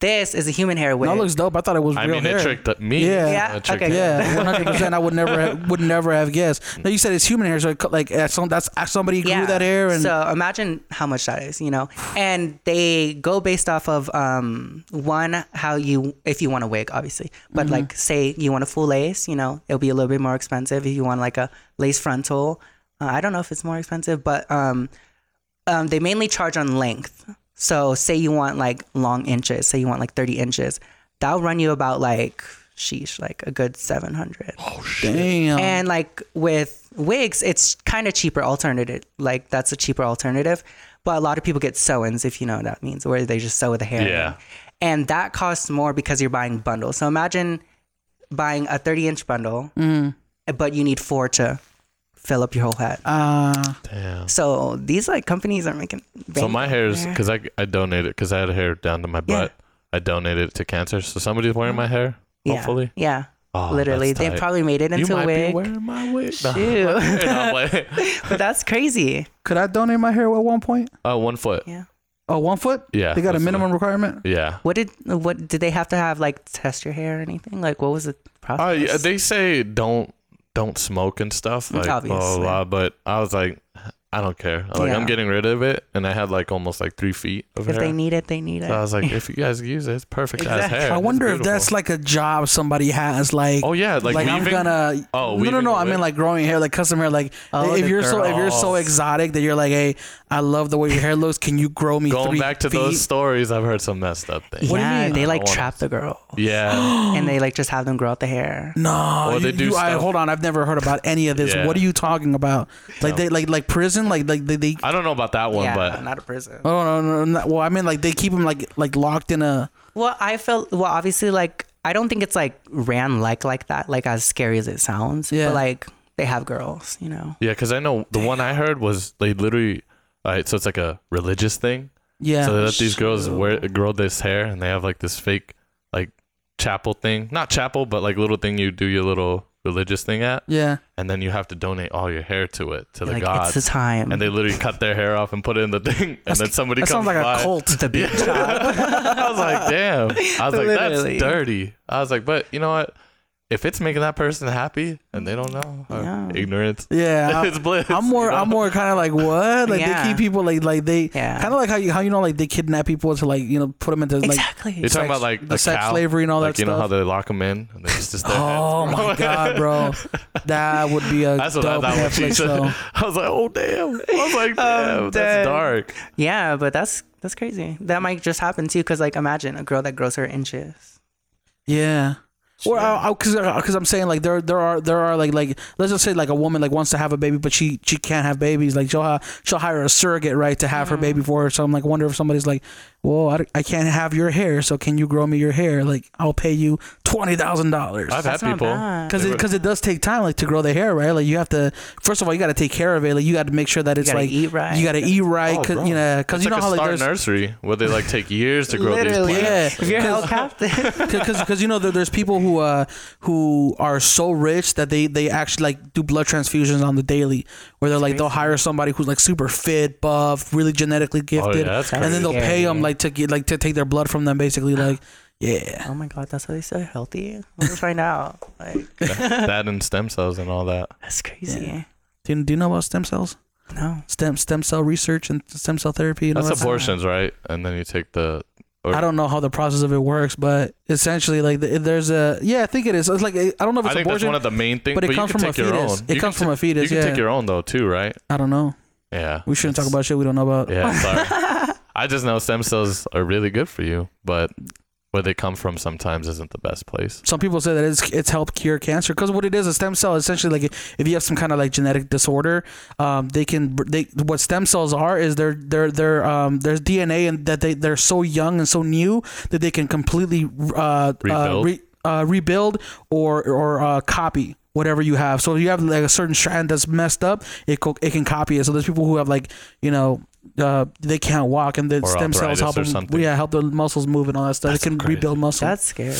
this is a human hair wig. that looks dope. I thought it was I real mean, hair. it tricked me. Yeah. Yeah? It tricked Okay. me. Yeah, one hundred percent. I would never have, would never have guessed. No, you said it's human hair, so it, co- like uh, some, that's uh, somebody grew that hair and so imagine how much that is, you know. And they go based off of um one how you if you want a wig, obviously, Mm-hmm. but like say you want a full lace, you know, it'll be a little bit more expensive. If you want like a lace frontal, uh, I don't know if it's more expensive, but um, um, they mainly charge on length. So say you want like long inches, say you want like thirty inches, that'll run you about like sheesh, like a good seven hundred. Oh. damn. And like with wigs, it's kind of cheaper alternative. Like that's a cheaper alternative. But a lot of people get sew-ins, if you know what that means, where they just sew the hair. in. Yeah. And that costs more because you're buying bundles. So imagine buying a 30 inch bundle, but you need four to fill up your whole head. uh, Damn. so these like companies are making. So bank. my hair is because I I donated because I had hair down to my butt. I donated it to cancer, so somebody's wearing my hair. yeah, Hopefully, Yeah. Oh, Oh. Literally, that's they tight. probably made it you into might a wig. be wearing my wig. Ew. No, I'm like, but that's crazy. could I donate my hair at one point? oh, one foot. Yeah. Yeah. Oh, one foot. Yeah, they got a that's minimum requirement. What did what did they have to have like test your hair or anything? Like what was the process? Oh, yeah, they say don't don't smoke and stuff, like blah, blah Obviously. blah. But I was like, I don't care. Like Yeah. I'm getting rid of it, and I had like almost like three feet of If hair. they need it, they need it. so I was like, if you guys use it, it's perfect Exactly. as hair. I It's wonder if that's beautiful. like a job somebody has. Like, Oh yeah, like, like I'm weaving? gonna. Oh, no, no, weaving no. of I it. mean, like growing hair, like custom hair. Like, Oh, if the you're so if you're so girls. exotic that you're like, hey, I love the way your hair looks. Can you grow me Going three back to feet? those stories, I've heard some messed up things. What do you yeah, mean? they I like wanna- trap the girl Yeah, and they like just have them grow out the hair. No, Or you, they do you- I, stuff- hold on. I've never heard about any of this. Yeah. What are you talking about? Like they like like prison? Like like they, they I don't know about that one, yeah, but not a prison. oh no, no no no. Well, I mean like they keep them like like locked in a. Well, I feel well. Obviously, like I don't think it's like ran like like that. Like as scary as it sounds, Yeah. but like they have girls, you know. yeah, because I know the one I heard was they literally. All right, so it's like a religious thing. Yeah. So they let these girls Oh. wear grow this hair, and they have like this fake like chapel thing, not chapel, but like little thing you do your little religious thing at, yeah. and then you have to donate all your hair to it to the like gods. it's the time. and they literally cut their hair off and put it in the thing, and then somebody That sounds comes like by. a cult. the beach job. I was like, damn. I was like, that's Literally. dirty. I was like, but you know what? If it's making that person happy and they don't know, or Yeah. ignorance, Yeah. I- it's bliss. I'm more. you know? I'm more kind of like what? Like Yeah. they keep people like like they Yeah. kind of like how you how you know like they kidnap people to like you know put them into like exactly. You're talking sex- about like the a sex cow, slavery and all like, that You know how stuff. they lock them in and they just just their heads Oh grow my out? god, bro, that would be a That's what I dope thought when she Netflix Oh, said. show. I was like, oh damn. I was like, damn, dead. that's dark. Yeah, but that's that's crazy. That might just happen too, because like imagine a girl that grows her inches. Yeah. Or because because uh, I'm saying like there there are there are like like let's just say like a woman like wants to have a baby but she she can't have babies like she'll ha- she'll hire a surrogate right to have her baby for her so I'm like wonder if somebody's like well I, d- I can't have your hair so can you grow me your hair like I'll pay you twenty thousand dollars I've That's had not people. bad. because it, 'cause it does take time like to grow the hair right like you have to first of all you got to take care of it like you got to make sure that it's gotta like eat right. you got to eat right Oh, 'cause, bro. you know because It's you know like how a like star there's nursery where they like take years to grow these Literally. plants. yeah If you're held captive, because cause, 'cause, you know there, there's people who uh who are so rich that they they actually like do blood transfusions on the daily where they're like they'll hire somebody who's like super fit buff really genetically Oh, gifted that's and then they'll crazy. pay them like to get like to take their blood from them basically Ah. like yeah oh my god, that's how they so healthy. Let's find out. Like that and stem cells and all that. that's crazy. do you, do you know about stem cells No, stem stem cell research and stem cell therapy you know, That's that's- abortions, right? And then you take the. Or, I don't know how the process of it works, but essentially, like, the, there's a yeah, I think it is. It's like I don't know if I it's think that's abortion, one of the main things. but it you comes can from a take your fetus. own. It You comes can from a ta- fetus. You yeah, can take your own though too, right? I don't know. Yeah. We shouldn't talk It's- about shit we don't know about. Yeah, sorry. I just know stem cells are really good for you, but where they come from sometimes isn't the best place. some people say that it's it's helped cure cancer because what it is a stem cell is essentially like if you have some kind of like genetic disorder um, they can they what stem cells are is they're they're they're um, there's dna and that they they're so young and so new that they can completely uh, uh, Rebuild? re, uh, rebuild or or uh, copy whatever you have so if you have like a certain strand that's messed up it co- it can copy it so there's people who have like you know uh, they can't walk and the Or stem cells arthritis help or them something. yeah help the muscles move and all that stuff That's it can crazy. rebuild muscle that's scary.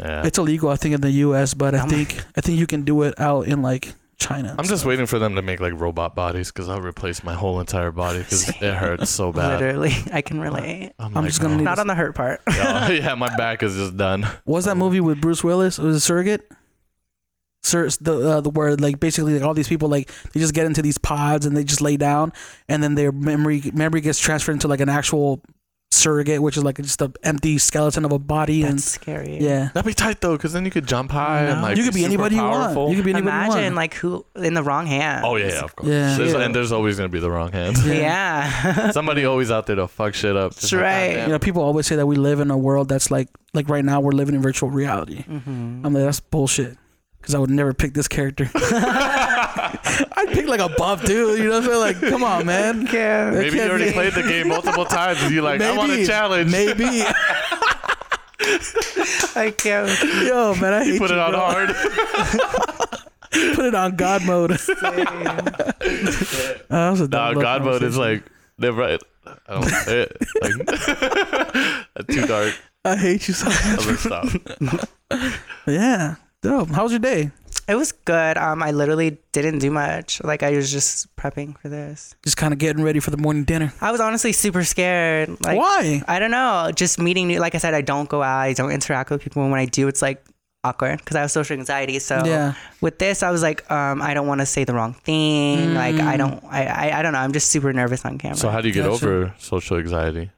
Yeah. it's illegal, I think, in the U.S., but I I'm- think I think you can do it out in like China. I'm just waiting for them to make like robot bodies because I'll replace my whole entire body because it hurts so bad. Literally, I can relate. I'm, just gonna need- Not on the hurt part. oh, yeah, my back is just done. What's that movie with Bruce Willis? It was a surrogate. Sur- the uh, the word like basically like all these people like they just get into these pods and they just lay down and then their memory memory gets transferred into like an actual surrogate, which is like just an empty skeleton of a body That's scary. and yeah, That'd be tight though, because then you could jump high and No. like you could be super anybody you powerful. want. You could be anybody Imagine you want. like who in the wrong hand. Oh yeah, yeah, of course. Yeah. There's- Ew. and there's always gonna be the wrong hands. Yeah. Somebody always out there to fuck shit up. Just That's like, right. "God you know, people always say that we live in a world that's like like right now we're living in virtual reality. Mm-hmm. I'm like that's bullshit because I would never pick this character. I'd pick like a buff dude. You know what I'm saying? Like, come on, man. yeah. damn." Maybe you can't already be- played the game multiple times and you're like, I want a challenge. Maybe. I can't. Yo, man, I hate Put it on bro. hard. Put it on God mode. uh, that was a No, dumb God mode is conversation. like they're right. Oh, I don't- it- like- too dark. I hate you so much. I'm gonna stop. Yeah. Dope. How was your day? It was good. Um, I literally didn't do much. Like I was just prepping for this. Just kind of getting ready for the morning dinner. I was honestly super scared. Like Why? I don't know. Just meeting new. Like I said, I don't go out. I don't interact with people. And when I do, it's like awkward because I have social anxiety. So Yeah. with this, I was like, um, I don't want to say the wrong thing. Like I don't, I, I, I don't know. I'm just super nervous on camera. Mm. So how do you get Gotcha. over social anxiety?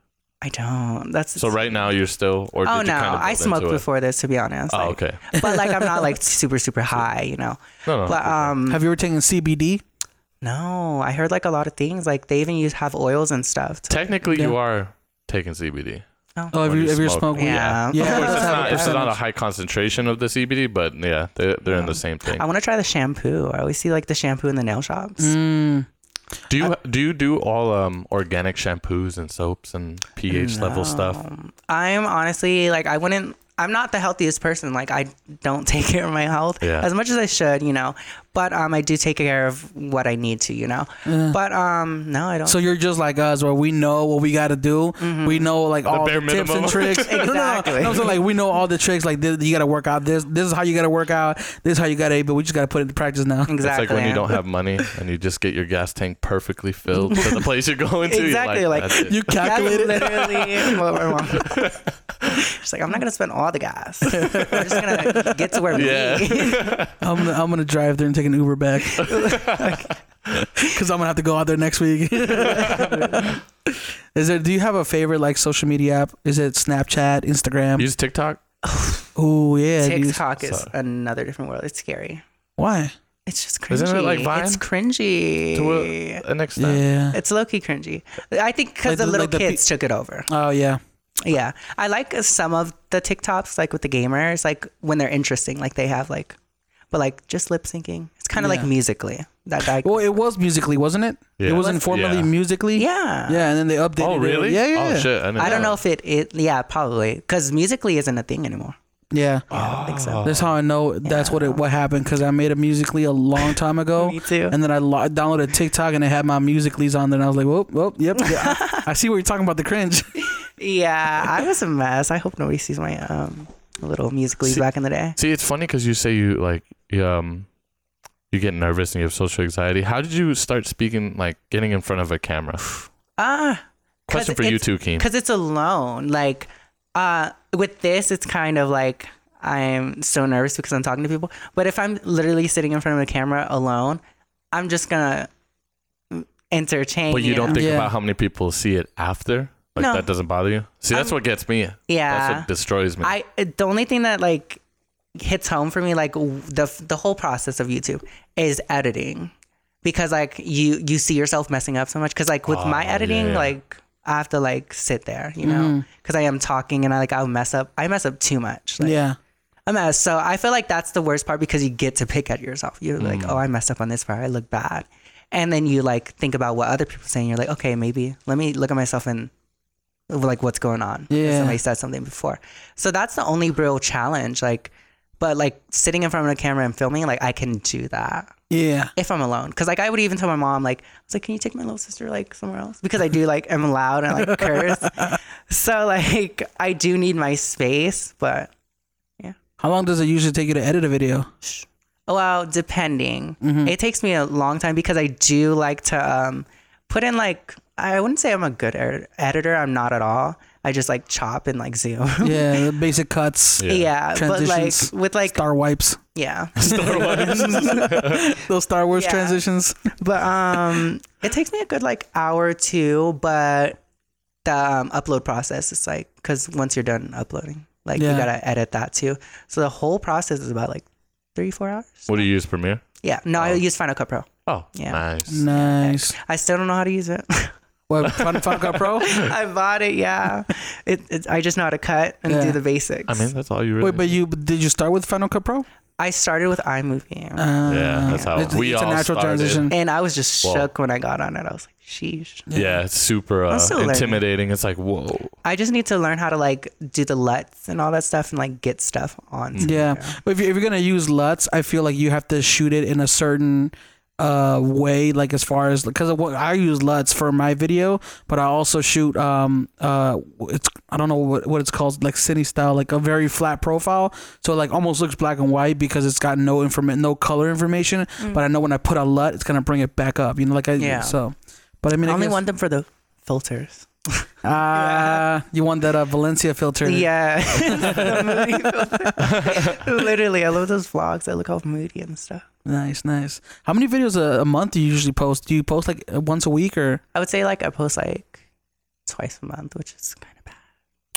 I don't. That's So right now you're still or Oh did you no, kind of I build smoked into it? before this to be honest. Oh, like- okay. Oh, But like I'm not like super super high, you know. No, no. But um, Have you ever taken CBD? no, I heard like a lot of things. Like they even use have oils and stuff. to- Technically, Yeah. you are taking CBD. Oh, have When you, you have you smoke. smoked? Yeah. Yeah. Of course, that's it's how not, it it's not a happens. high concentration of the CBD, but yeah, they're, they're in the same thing. I want to try the shampoo. I always see like the shampoo in the nail shops. Mm, Do you do you do all um organic shampoos and soaps and pH level stuff? I'm honestly like I wouldn't I'm not the healthiest person. Like I don't take care of my health Yeah. as much as I should, you know. But um I do take care of what I need to, you know. But um no, I don't. so you're just like us, where we know what we got to do. We know like all bare the tips minimum. and tricks. No, no, no. Mm-hmm. Exactly. No, I'm saying, like we know all the tricks. Like this, you got to work out this. This is how you got to work out. This is how you got to. But we just got to put it into practice now. exactly. It's like when you don't have money and you just get your gas tank perfectly filled to the place you're going to. you're Exactly, like, "That's it." You That's calculate it. literally what my mom. She's like, I'm not gonna spend all the gas. I'm just gonna get to where Yeah. me. I'm gonna I'm gonna drive there and take an Uber back. Cause I'm gonna have to go out there next week. Is there? Do you have a favorite like social media app? Is it Snapchat, Instagram? use TikTok. Oh yeah, dude. TikTok is Sorry. another different world. It's scary. Why? It's just cringy. Isn't it like It's Vine? cringy. To a, a next time. Yeah. It's low key cringy. I think because Like the, the- little like the pe- kids took it over. Oh yeah. Yeah, I like some of the TikToks, like with the gamers, like when they're interesting, like they have like, but like just lip syncing. It's kind of Yeah. like musically that guy. Well, it was musically, wasn't it? Yeah. It was Was- informally yeah. musically. yeah. Yeah, and then they updated. Oh it. really? Yeah, yeah. Oh yeah. shit. didn't I don't know if it, it yeah, probably because musically isn't a thing anymore. Yeah. Oh. I don't think so. That's how I know that's what it what happened because I made a musically a long time ago. Me too. And then I lo- downloaded TikTok and it had my musicallys on there, and I was like, whoop, whoop, yep. Yeah, I, I see what you're talking about the cringe. Yeah, I was a mess. I hope nobody sees my um little musically See- back in the day. See, it's funny because you say you like you, um, you get nervous and you have social anxiety. How did you start speaking, like getting in front of a camera? Ah, Question for you too, Keem. Because it's alone. Like, uh, with this, it's kind of like I'm so nervous because I'm talking to people. But if I'm literally sitting in front of a camera alone, I'm just gonna entertain. But you don't know? think Yeah. about how many people see it after. Like No. that doesn't bother you. See, that's what gets me. Yeah. That's what destroys me. I the only thing that like hits home for me like w- the the whole process of YouTube is editing because like you you see yourself messing up so much because like with my editing Ah, yeah. like I have to like sit there you know because I am talking and I like I'll mess up I mess up too much like, yeah. I mess so I feel like that's the worst part because you get to pick at yourself you're like oh I messed up on this part I look bad and then you like think about what other people are saying you're like okay maybe let me look at myself and like what's going on. if Yeah. Somebody said something before. So that's the only real challenge. Like, but like sitting in front of a camera and filming, like I can do that Yeah. if I'm alone. Cause like I would even tell my mom, like, I was like, can you take my little sister like somewhere else? Because I do like, am loud and I like curse. so like I do need my space, but How long does it usually take you to edit a video? Well, depending. Mm-hmm. It takes me a long time because I do like to um, put in like I wouldn't say I'm a good ed- editor. I'm not at all. I just like chop and like zoom. Yeah, Yeah, the basic cuts, Yeah. but like Transitions. with like star wipes, yeah, those Star Wars Yeah. transitions. but um, it takes me a good like hour or two. But the um, upload process is like because once you're done uploading, like Yeah. you gotta edit that too. So the whole process is about like three four hours. what do you use Premiere? Yeah, no, I use Final Cut Pro. Oh, Yeah. nice. Nice. I still don't know how to use it. What Final Final Cut Pro? I bought it. Yeah, it, it, I just know how to cut and Yeah. do the basics. I mean, that's all you really. Wait, but you did you start with Final Cut Pro? I started with iMovie, Uh, yeah, that's how It's, we it's a all natural started. transition. and I was just Whoa. shook when I got on it. I was like, "Sheesh!" Yeah, it's super uh, still learning. intimidating. It's like whoa. I just need to learn how to like do the LUTs and all that stuff and like get stuff on. Yeah. there. But If, you, if you're gonna use LUTs, I feel like you have to shoot it in a certain uh way like as far as because what i use luts for my video but i also shoot um uh it's i don't know what, what it's called like cine style like a very flat profile so it like almost looks black and white because it's got no inform no color information but i know when i put a lut it's gonna bring it back up you know like i Mm. Yeah. so but i mean I only I guess, want them for the filters. uh, yeah, you want that uh, Valencia filter. Yeah. The moody filter. Literally, I love those vlogs. I look all moody and stuff. Nice, nice. How many videos a, a month do you usually post? Do you post like uh, once a week or? I would say like I post like twice a month, which is kind of bad.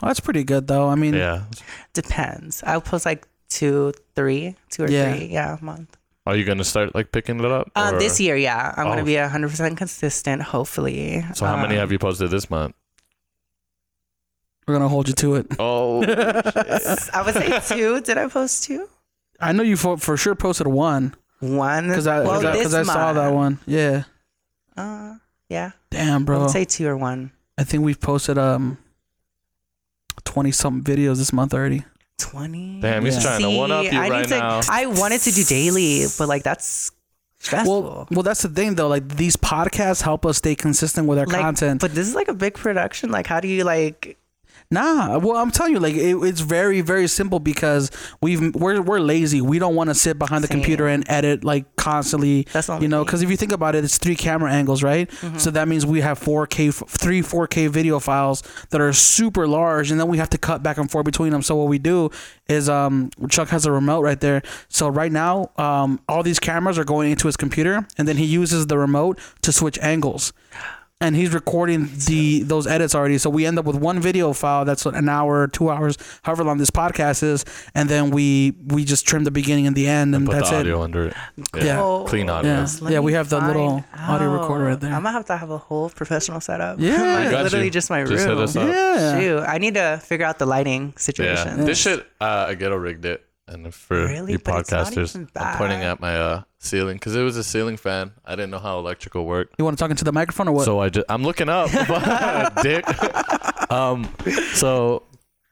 Oh, that's pretty good though. I mean, Yeah. Depends. I'll post like two, three, two or Yeah. three, yeah, a month. Are you gonna start like picking it up? Uh, or- this year, yeah, I'm Oh. gonna be 100 percent consistent. Hopefully. Um, So how many have you posted this month? we're gonna hold you to it. Oh, I would say two. Did I post two? I know you for, for sure posted one One. because I well, this because I saw that one. month. Yeah. Uh, yeah, Damn, I bro. would say two or one. I think we've posted um twenty something videos this month already. Twenty. damn, he's Yeah. trying to one up you I need right to, now. I wanted to do daily, but like that's stressful. Well, well, that's the thing though. Like these podcasts help us stay consistent with our like, content. but this is like a big production. Like, how do you like? Nah, well, I'm telling you, like it, it's very, very simple because we've we're we're lazy. We don't want to sit behind the Same. computer and edit like constantly. That's not Mm-hmm. you know me. because if you think about it, it's three camera angles, right? So that means we have 4K, f- three 4K video files that are super large, and then we have to cut back and forth between them. So what we do is, um, Chuck has a remote right there. So right now, um, all these cameras are going into his computer, and then he uses the remote to switch angles and he's recording the those edits already. So we end up with one video file that's an hour, two hours, however long this podcast is, and then we we just trim the beginning and the end, and, Put that's the it. audio under it. Yeah. Oh, Clean audio. Yeah, Let yeah, me we have the find little audio recorder right out. there. I'm gonna have to have a whole professional setup. Yeah. I like, got literally you. just my room. Just hit us up. yeah, Shoot, I need to figure out the lighting Yeah, situation. this shit uh, I ghetto rigged it, and for Really? you But it's not podcasters, even I'm pointing bad. at my uh, ceiling because it was a ceiling fan. I didn't know how electrical worked, you want to talk into the microphone or what? so I just I'm looking up, dick. um, so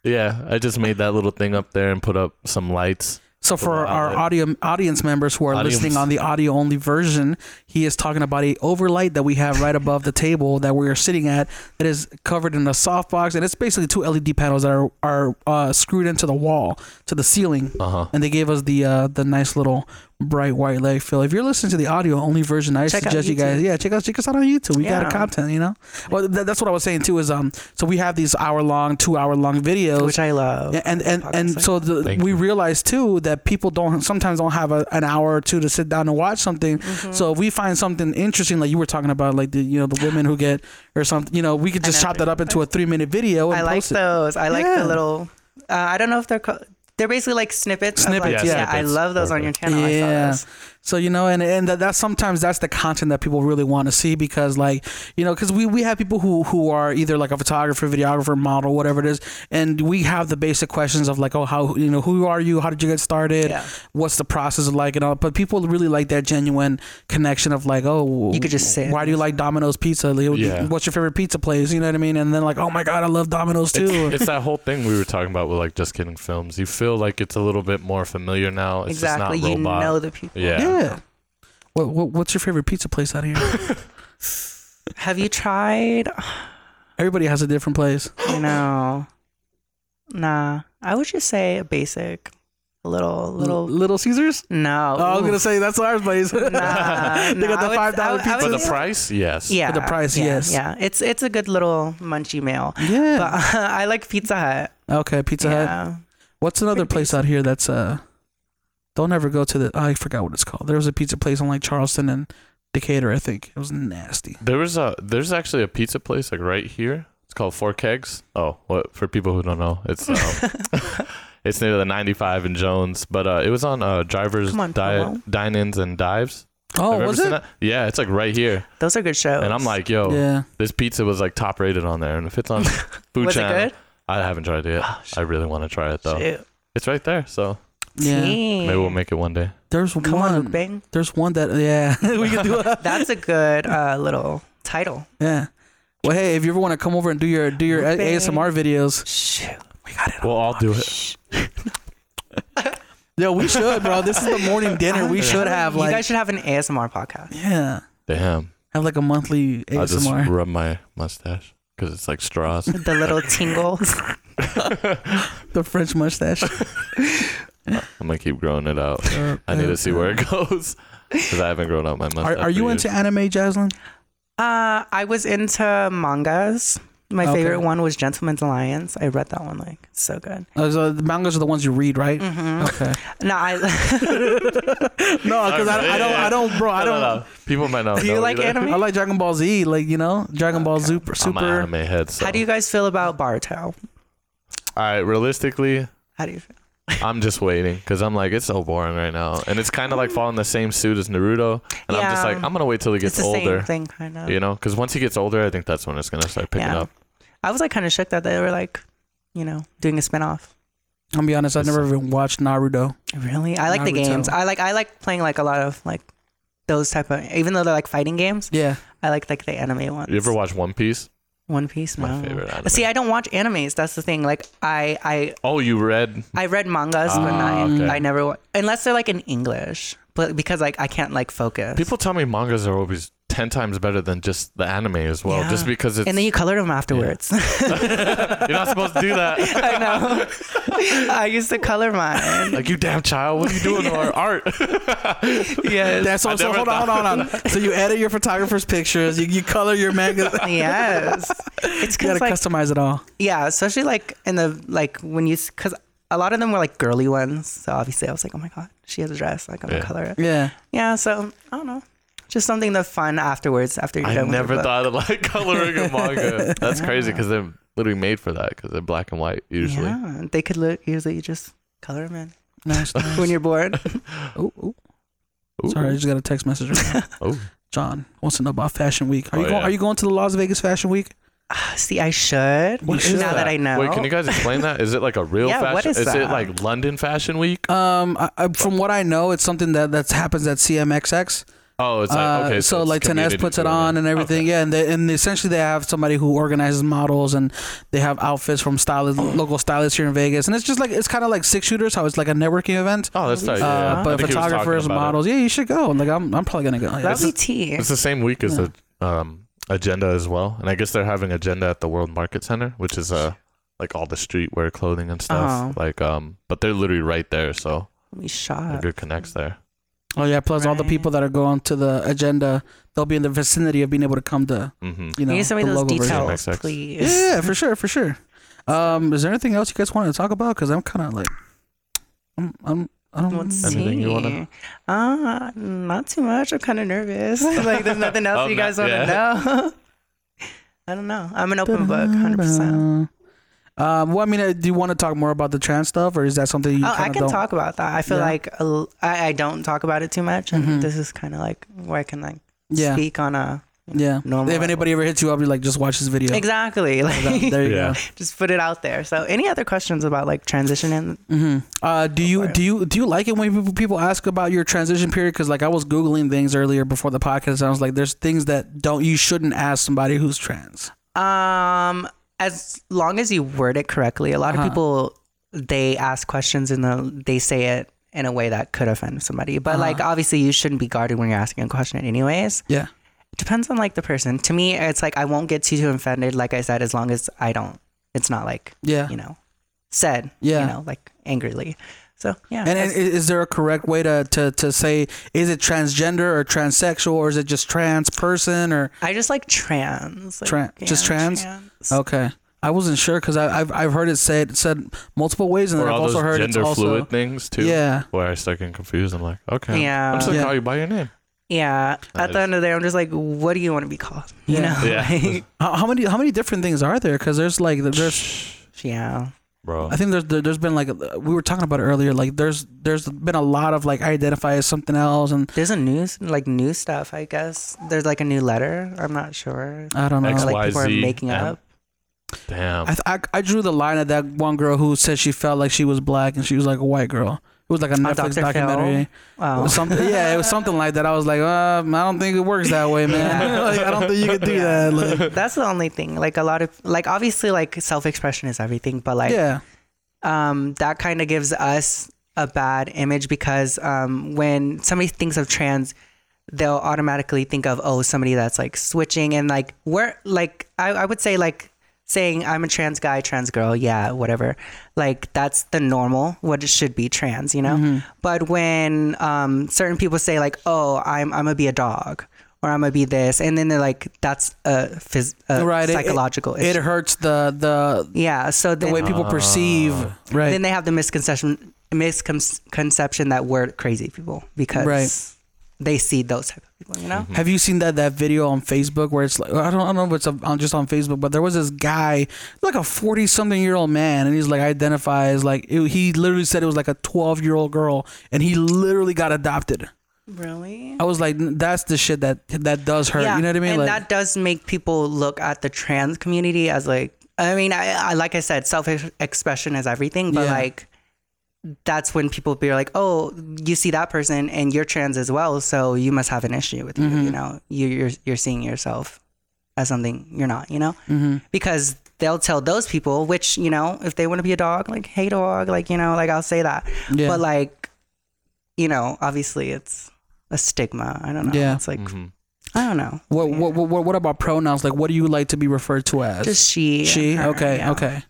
yeah, I just made that little thing up there and put up some lights. So for Wow. our audio audience members who are Audience. listening on the audio only version, he is talking about a overlight that we have right above the table that we are sitting at that is covered in a softbox and it's basically two LED panels that are are uh, screwed into the wall to the ceiling. Uh-huh. And they gave us the uh, the nice little bright white light fill. If you're listening to the audio only version, I Check out suggest you guys YouTube. yeah check us check us out on YouTube. We got Yeah. a content, you know. Well, th- that's what I was saying too. Is um so we have these hour long, two hour long videos which I love. yeah, and and and Podcast. so the, Thank we realize too that people don't sometimes don't have a, an hour or two to sit down and watch something. Mm-hmm. So if we find something interesting, like you were talking about, like the you know the women who get or something, you know, we could just know. chop that up into a three minute video. And I like post it. those. I like Yeah. the little. Uh, I don't know if they're called. They're basically like snippets. of, like- Snippets, yeah, yeah. I Snippets. love those on your channel. I saw Yeah. those. So you know, and and that, that's sometimes that's the content that people really want to see because like you know, because we we have people who who are either like a photographer, videographer, model, whatever it is, and we have the basic questions of like, oh, how you know, who are you? How did you get started? Yeah. What's the process like? And all. But people really like that genuine connection of like, oh, You could just sit Why do you like Domino's pizza? Like, oh, Yeah. What's your favorite pizza place? You know what I mean? And then like, oh my god, I love Domino's too. It's, it's that whole thing we were talking about with like just kidding films. You feel like it's a little bit more familiar now. It's Exactly. just not You robot. know the people. yeah. yeah. What, what, what's your favorite pizza place out here? Have you tried? Everybody has a different place. You know. Nah. I would just say a basic, a little, little. Little Caesars. No. Oh, I was Ooh. gonna say that's ours, place. Nah, They got nah, the I would- $5 I would- I pizza. For would the say- price, yes. Yeah. the price, yeah, yes. Yeah. It's it's a good little munchy meal. But yeah. I like Pizza Hut. okay, Pizza Hut. Yeah. What's another Pretty place out here that's uh? Don't ever go to the. I forgot what it's called. There was a pizza place on like Charleston and Decatur. I think it was nasty. There was a there's actually a pizza place like right here. It's called Four Kegs. Oh, what for people who don't know, it's um, it's near the 95 in Jones, but uh, it was on uh, drivers Come on, di- promo. dine-ins and dives. Oh, Have you was ever it? seen that? Oh. Yeah, it's like right here, Those are good shows. and I'm like, yo, Yeah. this pizza was like top rated on there, and if it's on Food Was it Channel, good? Oh, I haven't tried it yet. I really want to try it though. Shoot. It's right there, so Yeah. Dang. maybe we'll make it one day. There's Come one. on, mukbang. There's one that yeah we could do. A, That's a good uh, little title. yeah. Well, hey, if you ever want to come over and do your do your Mukbang. ASMR videos, Shoot. Uh, we got it. Well, I'll do it. Yo, we should, bro. This is the morning dinner. We should have you like guys should have an ASMR podcast. yeah, Damn, have like a monthly I'll just ASMR. rub my mustache because it's like straws. The little tingles. the French mustache. I'm gonna keep growing it out. I Oh, need to see where it goes because I haven't grown out my mustache. Are, are you for into years. anime, Jaslyn? Uh, I was into mangas. My Okay. favorite one was Gentleman's Alliance. I read that one like so good. Uh, so the mangas are the ones you read, right? Okay. No, I No, because I, I don't, I don't, bro, I No, no, don't. no. People might not. Do you know like either. anime? I like Dragon Ball Z, like you know, Dragon Ball Super, I'm an Super. anime head. So. how do you guys feel about All Bartow? right, realistically, How do you feel? I'm just waiting because I'm like it's so boring right now, and it's kind of like following the same suit as Naruto, and I'm just Yeah. like I'm gonna wait till he It's gets the older. same thing, kind of. You know, because once he gets older, I think that's when it's gonna start picking Yeah. up. I was like kind of shook that they were like, you know, doing a spinoff. I'm gonna be honest, I never even watched Naruto. Really, I like the Naruto. games. I like I like playing like a lot of like those type of even though they're like fighting games. Yeah, I like like the anime ones. You ever watch One Piece? One Piece? No. My favorite anime. See, I don't watch animes. That's the thing. Like I I Oh, you read? I read mangas, but not, Ah, okay. I never wa- unless they're like in English. But because like I can't like focus. People tell me mangas are always ten times better than just the anime as well, Yeah. just because it's. and then you colored them afterwards. are not supposed to do that. I know. I used to color mine. like you, damn child, what are you doing to our art? Yes. that's so. so never hold on, hold on, hold on. so you edit your photographer's pictures, you, you color your manga, yes. It's you because gotta like customize it all. yeah, especially like in the like when you because a lot of them were like girly ones. So obviously I was like, oh my god, she has a dress. Like I'm Yeah. gonna color it. Yeah, Yeah. So I don't know. Just something that's fun afterwards after you're I done. with never your book. thought of like coloring a manga. That's crazy because they're literally made for that because they're black and white usually. Yeah, they could li- usually just color them in nice. nice. when you're bored. Ooh, ooh. Ooh. Sorry, I just got a text message. Right now. Oh, John wants to know about Fashion Week. Are Oh, you going? yeah. Are you going to the Las Vegas Fashion Week? See, I should. What is now that? I know. Wait, can you guys explain that? Is it like a real Yeah, fashion? what is it that? like London Fashion Week? Um, I, I, from what I know, it's something that that happens at CMXX. Oh, it's Uh, like okay. so, it's like Tenez community puts it driven. on and everything, yeah, and they, and essentially they have somebody who organizes models and they have outfits from stylists, local stylists here in Vegas, and it's just like it's kind of like six shooters, how it's like a networking event, Oh, that's tight. uh, yeah. I but think he was talking photographers, about it. models, yeah, you should go. Like I'm, I'm probably gonna go. Oh, Yeah, Lovely it's- tea. It's the same week as the um, agenda as well, and I guess they're having agenda at the World Market Center, which is uh like all the streetwear clothing and stuff. Oh. Like um, but they're literally right there, so Let me shop. Uh. they're good connects there. oh yeah, plus all the Right. people that are going to the agenda, they'll be in the vicinity of being able to come to hmm you know you need send me the those logo version. details, MXX. please. Yeah, yeah, for sure, for sure. Um, is there anything else you guys want to talk about? Because I'm kind of like, I'm, I'm, I don't. Let's Anything see. you wanna- Uh, not too much. I'm kind of nervous. like, there's nothing else Oh, you no- guys want to yeah. know. I don't know. I'm an open book, 100%. Um, well, I mean, uh, do you want to talk more about the trans stuff, or is that something you Oh, I kind of can don't? talk about that. I feel Yeah. Mm-hmm. like a l- I, I don't talk about it too much, and this is kind of like where I can like Yeah. speak on a yeah. normal If anybody ever hits you up, you're like, just watch this video. exactly like There you go. Yeah. just put it out there. So, any other questions about like transitioning? Uh, do you do you do you like it when people- people ask about your transition period? Because like I was googling things earlier before the podcast, and I was like, there's things that don't you shouldn't ask somebody who's trans. Um, as long as you word it correctly, a lot Uh-huh. of people they ask questions and the, they say it in a way that could offend somebody. But Uh-huh. like, obviously, you shouldn't be guarded when you're asking a question, anyways. Yeah. Depends on like the person. To me, it's like I won't get too too offended. Like I said, as long as I don't, it's not like Yeah. you know said Yeah. you know like angrily. So yeah, And, and that's- i- is there a correct way to, to, to say is it transgender or transsexual or is it just trans person or I just like trans, like, Tran- just trans? trans. okay? I wasn't sure because I've I've heard it said said multiple ways and Or then I've all also those heard it's gender also fluid things too. yeah Where I start getting confused, I'm like, okay, Yeah. I'm just gonna Yeah. call you by your name. Yeah. At the is- end of the day, I'm just like, what do you want to be called? You Yeah. know, Yeah. like, How, how many how many different things are there? Because there's like there's yeah. Bro, I think there's there- there's been like we were talking about it earlier. Like there's there's been a lot of like I identify as something else and There's a news like new stuff, I guess. There's like a new letter. I'm not sure. I don't know. X, Like Y, people are Z, making M. up. damn. I, th- I I drew the line at that one girl who said she felt like she was black and she was like a white girl. It was like a Netflix Dr. Phil? Oh. documentary. It Wow. was something, yeah, it was something like that. I was like, um, I don't think it works that way, man. Yeah. Like, I don't think you could do Yeah. that. Like, That's the only thing. Like a lot of like obviously like self expression is everything, but like yeah, um that kind of gives us a bad image because um when somebody thinks of trans they'll automatically think of oh somebody that's like switching and like where like I, I would say like saying i'm a trans guy trans girl yeah whatever like that's the normal what it should be Mm-hmm. trans you know but when um certain people say like oh i'm i'm gonna be a dog or I'm gonna be this, and then they're like, that's a, phys- a right. it- psychological It, it, issue. hurts the the yeah, so the then, way people perceive. Ah. Right. then they have the misconception misconception that we're crazy people because Right. they see those type of people, you know. Have you seen that that video on Facebook where it's like I don't, I don't know if it's on, just on Facebook, but there was this guy, like a forty something year old man, and he's like identifies like it, he literally said it was like a twelve year old girl, and he literally got adopted. Really? I was like, that's the shit that that does hurt. You know what I mean? And like, that does make people look at the trans community as like, I mean, I, I like I said, self expression is everything, but Yeah. like, that's when people be like, oh, you see that person and you're trans as well, so you must have an issue with Mm-hmm. you. You know, you, you're you're seeing yourself as something you're not. You know, Mm-hmm. because they'll tell those people, which you know, if they want to be a dog, like, hey, dog, like you know, like I'll say that, Yeah. but like, you know, obviously it's a stigma. I don't know. Yeah. It's like. I don't know. what, what what what about pronouns? Like, what do you like to be referred to as? Just she. and she. her, okay. yeah. Okay.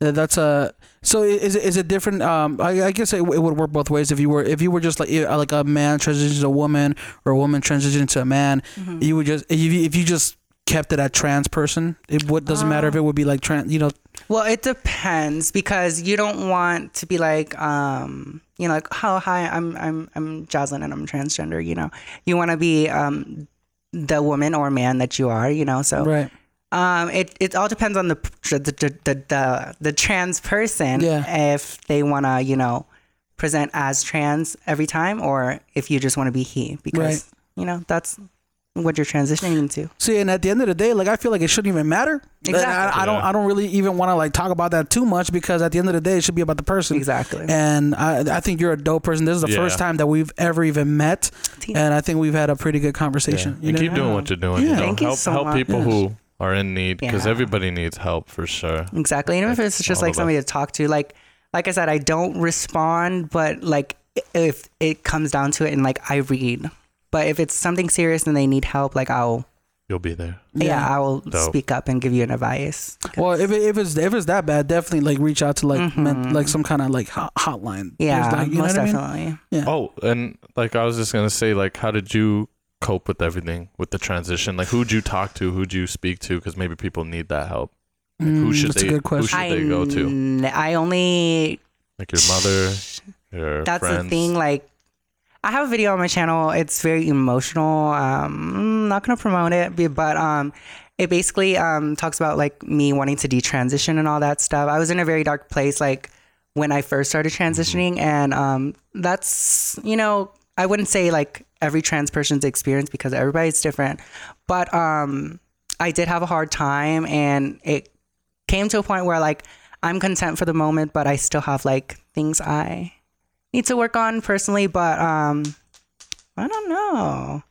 Yeah, That's a so i- is it, is it different? Um, I, I guess it, w- it would work both ways. If you were if you were just like eh, like a man transitions to a woman or a woman transitioning to a man, Mm-hmm. you would just if you, if you just kept it at trans person, it would doesn't matter Oh. if it would be like trans. You know, Well, it depends because you don't want to be like, um, you know, like, oh, hi, I'm, I'm, I'm Jocelyn and I'm transgender. You know, you want to be um, the woman or man that you are. You know, so right? um, it, it all depends on the the the the, the, the trans person Yeah. if they want to, you know, present as trans every time or if you just want to be he because Right. you know that's what you're transitioning into. See, and at the end of the day, like I feel like it shouldn't even matter. And I, Exactly. I don't. Yeah. I don't really even want to like talk about that too much because at the end of the day, it should be about the person. Exactly. And I, I think you're a dope person. This is the Yeah. first time that we've ever even met, Yeah. and I think we've had a pretty good conversation. You and know? keep doing what you're doing. Yeah. You know? Thank you help so help much. people who are in need because Yeah. everybody needs help for sure. Exactly. And if it's just all like of somebody to talk to, like like I said, I don't respond, but like i- if it comes down to it and like I read. But if it's something serious and they need help, like I'll You'll be there. yeah, I will Dope. speak up and give you an advice. Well, if, it, if it's if it's that bad, definitely like reach out to like men, like some kind of like hot, hotline. Mm-hmm. Yeah, There's, like, you know most what I mean? definitely. Oh, and like I was just gonna say, like, how did you cope with everything with the transition? Like, who'd you talk to? Who'd you speak to? Because maybe people need that help. Like, who Mm, should that's a they? good Who question. should they go to? n- I only Like your mother, your that's friends. the thing like i have a video on my channel it's very emotional um I'm not gonna promote it be- but um it basically um talks about like me wanting to detransition and all that stuff i was in a very dark place like when i first started Mm-hmm. transitioning and um that's you know i wouldn't say like every trans person's experience because everybody's different but um i did have a hard time and it came to a point where like i'm content for the moment but i still have like things i need to work on personally, but um, I don't know.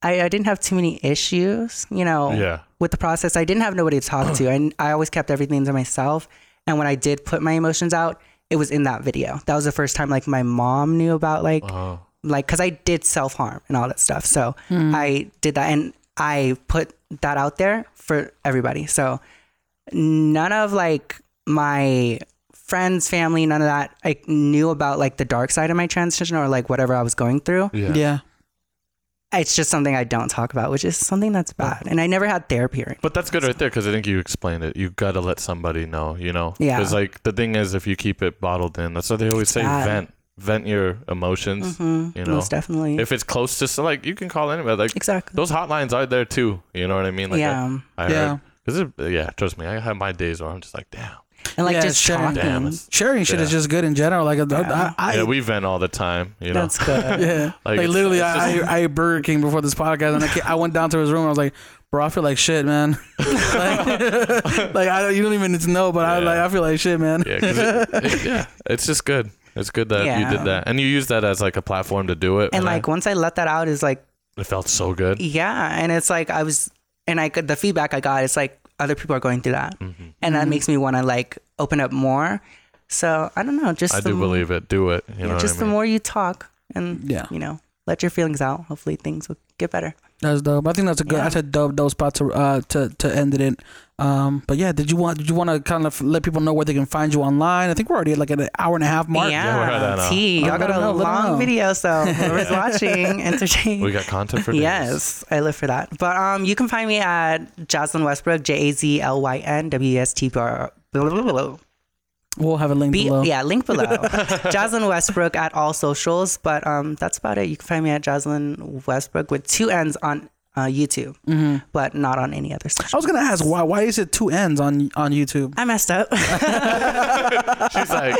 I, I didn't have too many issues, you know, Yeah. with the process. I didn't have nobody to talk to. I, I always kept everything to myself. And when I did put my emotions out, it was in that video. That was the first time like my mom knew about like Oh, like because I did self harm and all that stuff. So Hmm. I did that and I put that out there for everybody. So none of like my friends, family, none of that I knew about like the dark side of my transition or like whatever I was going through. yeah. Yeah. It's just something I don't talk about, which is something that's bad. And I never had therapy or anything. But that's good right there because I think you explained it. You gotta let somebody know, you know. Yeah. Because like the thing is, if you keep it bottled in, that's what they always say: bad. Mm-hmm. vent, vent your emotions. You know, Most definitely. if it's close to so like you can call anybody. Like Exactly. those hotlines are there too. You know what I mean? Like Yeah. I, I Yeah. heard. Because yeah, trust me, I have my days where I'm just like, damn, and like Yeah, just sure. talking. damn. it's- Sharing shit is just good in general. Like I, I, I, yeah, we vent all the time. You know. That's good. yeah. Like, it's- literally, it's I, just- I, I ate Burger King before this podcast, and I, ca- I went down to his room. and I was like, "Bro, I feel like shit, man. like, like I don't, you don't even need to know, but I Yeah. like I feel like shit, man. Yeah, 'cause it- it- yeah, it's just good. It's good that you Yeah. did that, and you used that as like a platform to do it. And I- like once I let that out is like it felt so good. Yeah, and it's like I was, and I could the feedback I got is like other people are going through that, Mm-hmm. and Mm-hmm. that makes me want to like open up more. So I don't know, just I the, do believe it. Do it. You know yeah, what just I the mean? more you talk and Yeah. you know let your feelings out. Hopefully things will get better. That's dope. I think that's a good. Yeah. That's a dope, dope spot to uh to to end it in. Um, but yeah, did you want did you want to kind of let people know where they can find you online? I think we're already at like an hour and a half mark. we're at Yeah, that uh, now. T. Y'all Let got a them know, let them know. long video, so whoever's watching, entertain. We got content for days. Yes, I live for that. But um, you can find me at Jocelyn Westbrook, J A Z L Y N W E S T B R. blah, blah, blah, blah. We'll have a link Be, below. yeah, link below. Jocelyn Westbrook at all socials, but um, that's about it. You can find me at Jocelyn Westbrook with two N's on uh, YouTube, but not on any other I social. was gonna ask why why is it two ends on on YouTube? I messed up. She's like,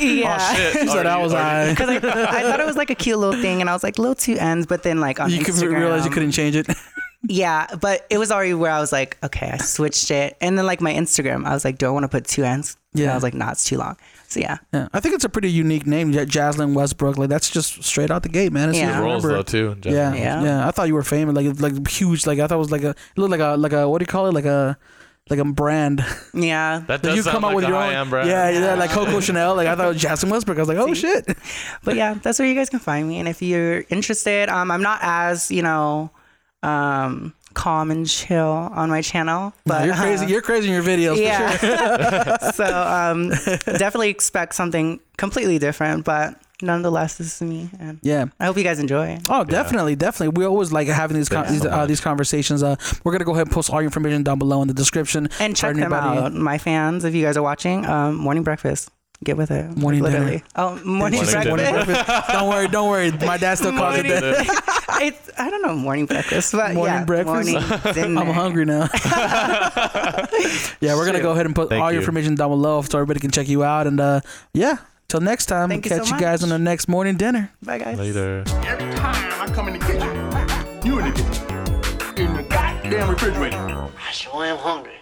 yeah. oh shit. She said already- I was already- I. Because I, I thought it was like a cute little thing, and I was like little two ends, but then like on You could Instagram, realize you couldn't change it. Yeah, but it was already where I was like, okay, I switched it, and then like my Instagram, I was like, do I want to put two ends? And Yeah. I was like, nah, it's too long. So yeah, Yeah. I think it's a pretty unique name, Ja- Jaslyn Westbrook. Like that's just straight out the gate, man. It's Yeah. She I rolls though remember- too. in Yeah, general. yeah, Yeah. I thought you were famous, like like huge. Like I thought it was like a it looked like a like a what do you call it? Like a like a brand. yeah. That does you sound come like up with a your high own. end brand. Yeah, yeah, like Coco Chanel. Like I thought it was Jaslyn Westbrook. I was like, oh shit. Uh-huh. but yeah, that's where you guys can find me. And if you're interested, um, I'm not as you know, um, calm and chill on my channel, but you're crazy. uh, You're crazy in your videos. for sure. yeah. so um, definitely expect something completely different, but nonetheless, this is me, and Yeah. I hope you guys enjoy. Oh, definitely, definitely. We always like having these con- these, Thanks so uh, much. these conversations. Uh, we're gonna go ahead and post all your information down below in the description. And for check them anybody. out, my fans. If you guys are watching, um, morning breakfast. Get with it. Morning dinner. literally. Oh, morning, Morning breakfast. dinner. Morning breakfast. Don't worry, don't worry. My dad still calls it Morning. that. it's, I don't know morning breakfast, but Morning yeah, breakfast? Morning dinner. I'm hungry now. yeah, we're gonna go ahead and put Thank all your you. information down below so everybody can check you out. And uh, yeah, till next time, Thank you so catch you guys on much. the next morning dinner. Bye guys. Later. Every time I come in the kitchen, you in the kitchen. In the goddamn refrigerator. I sure am hungry.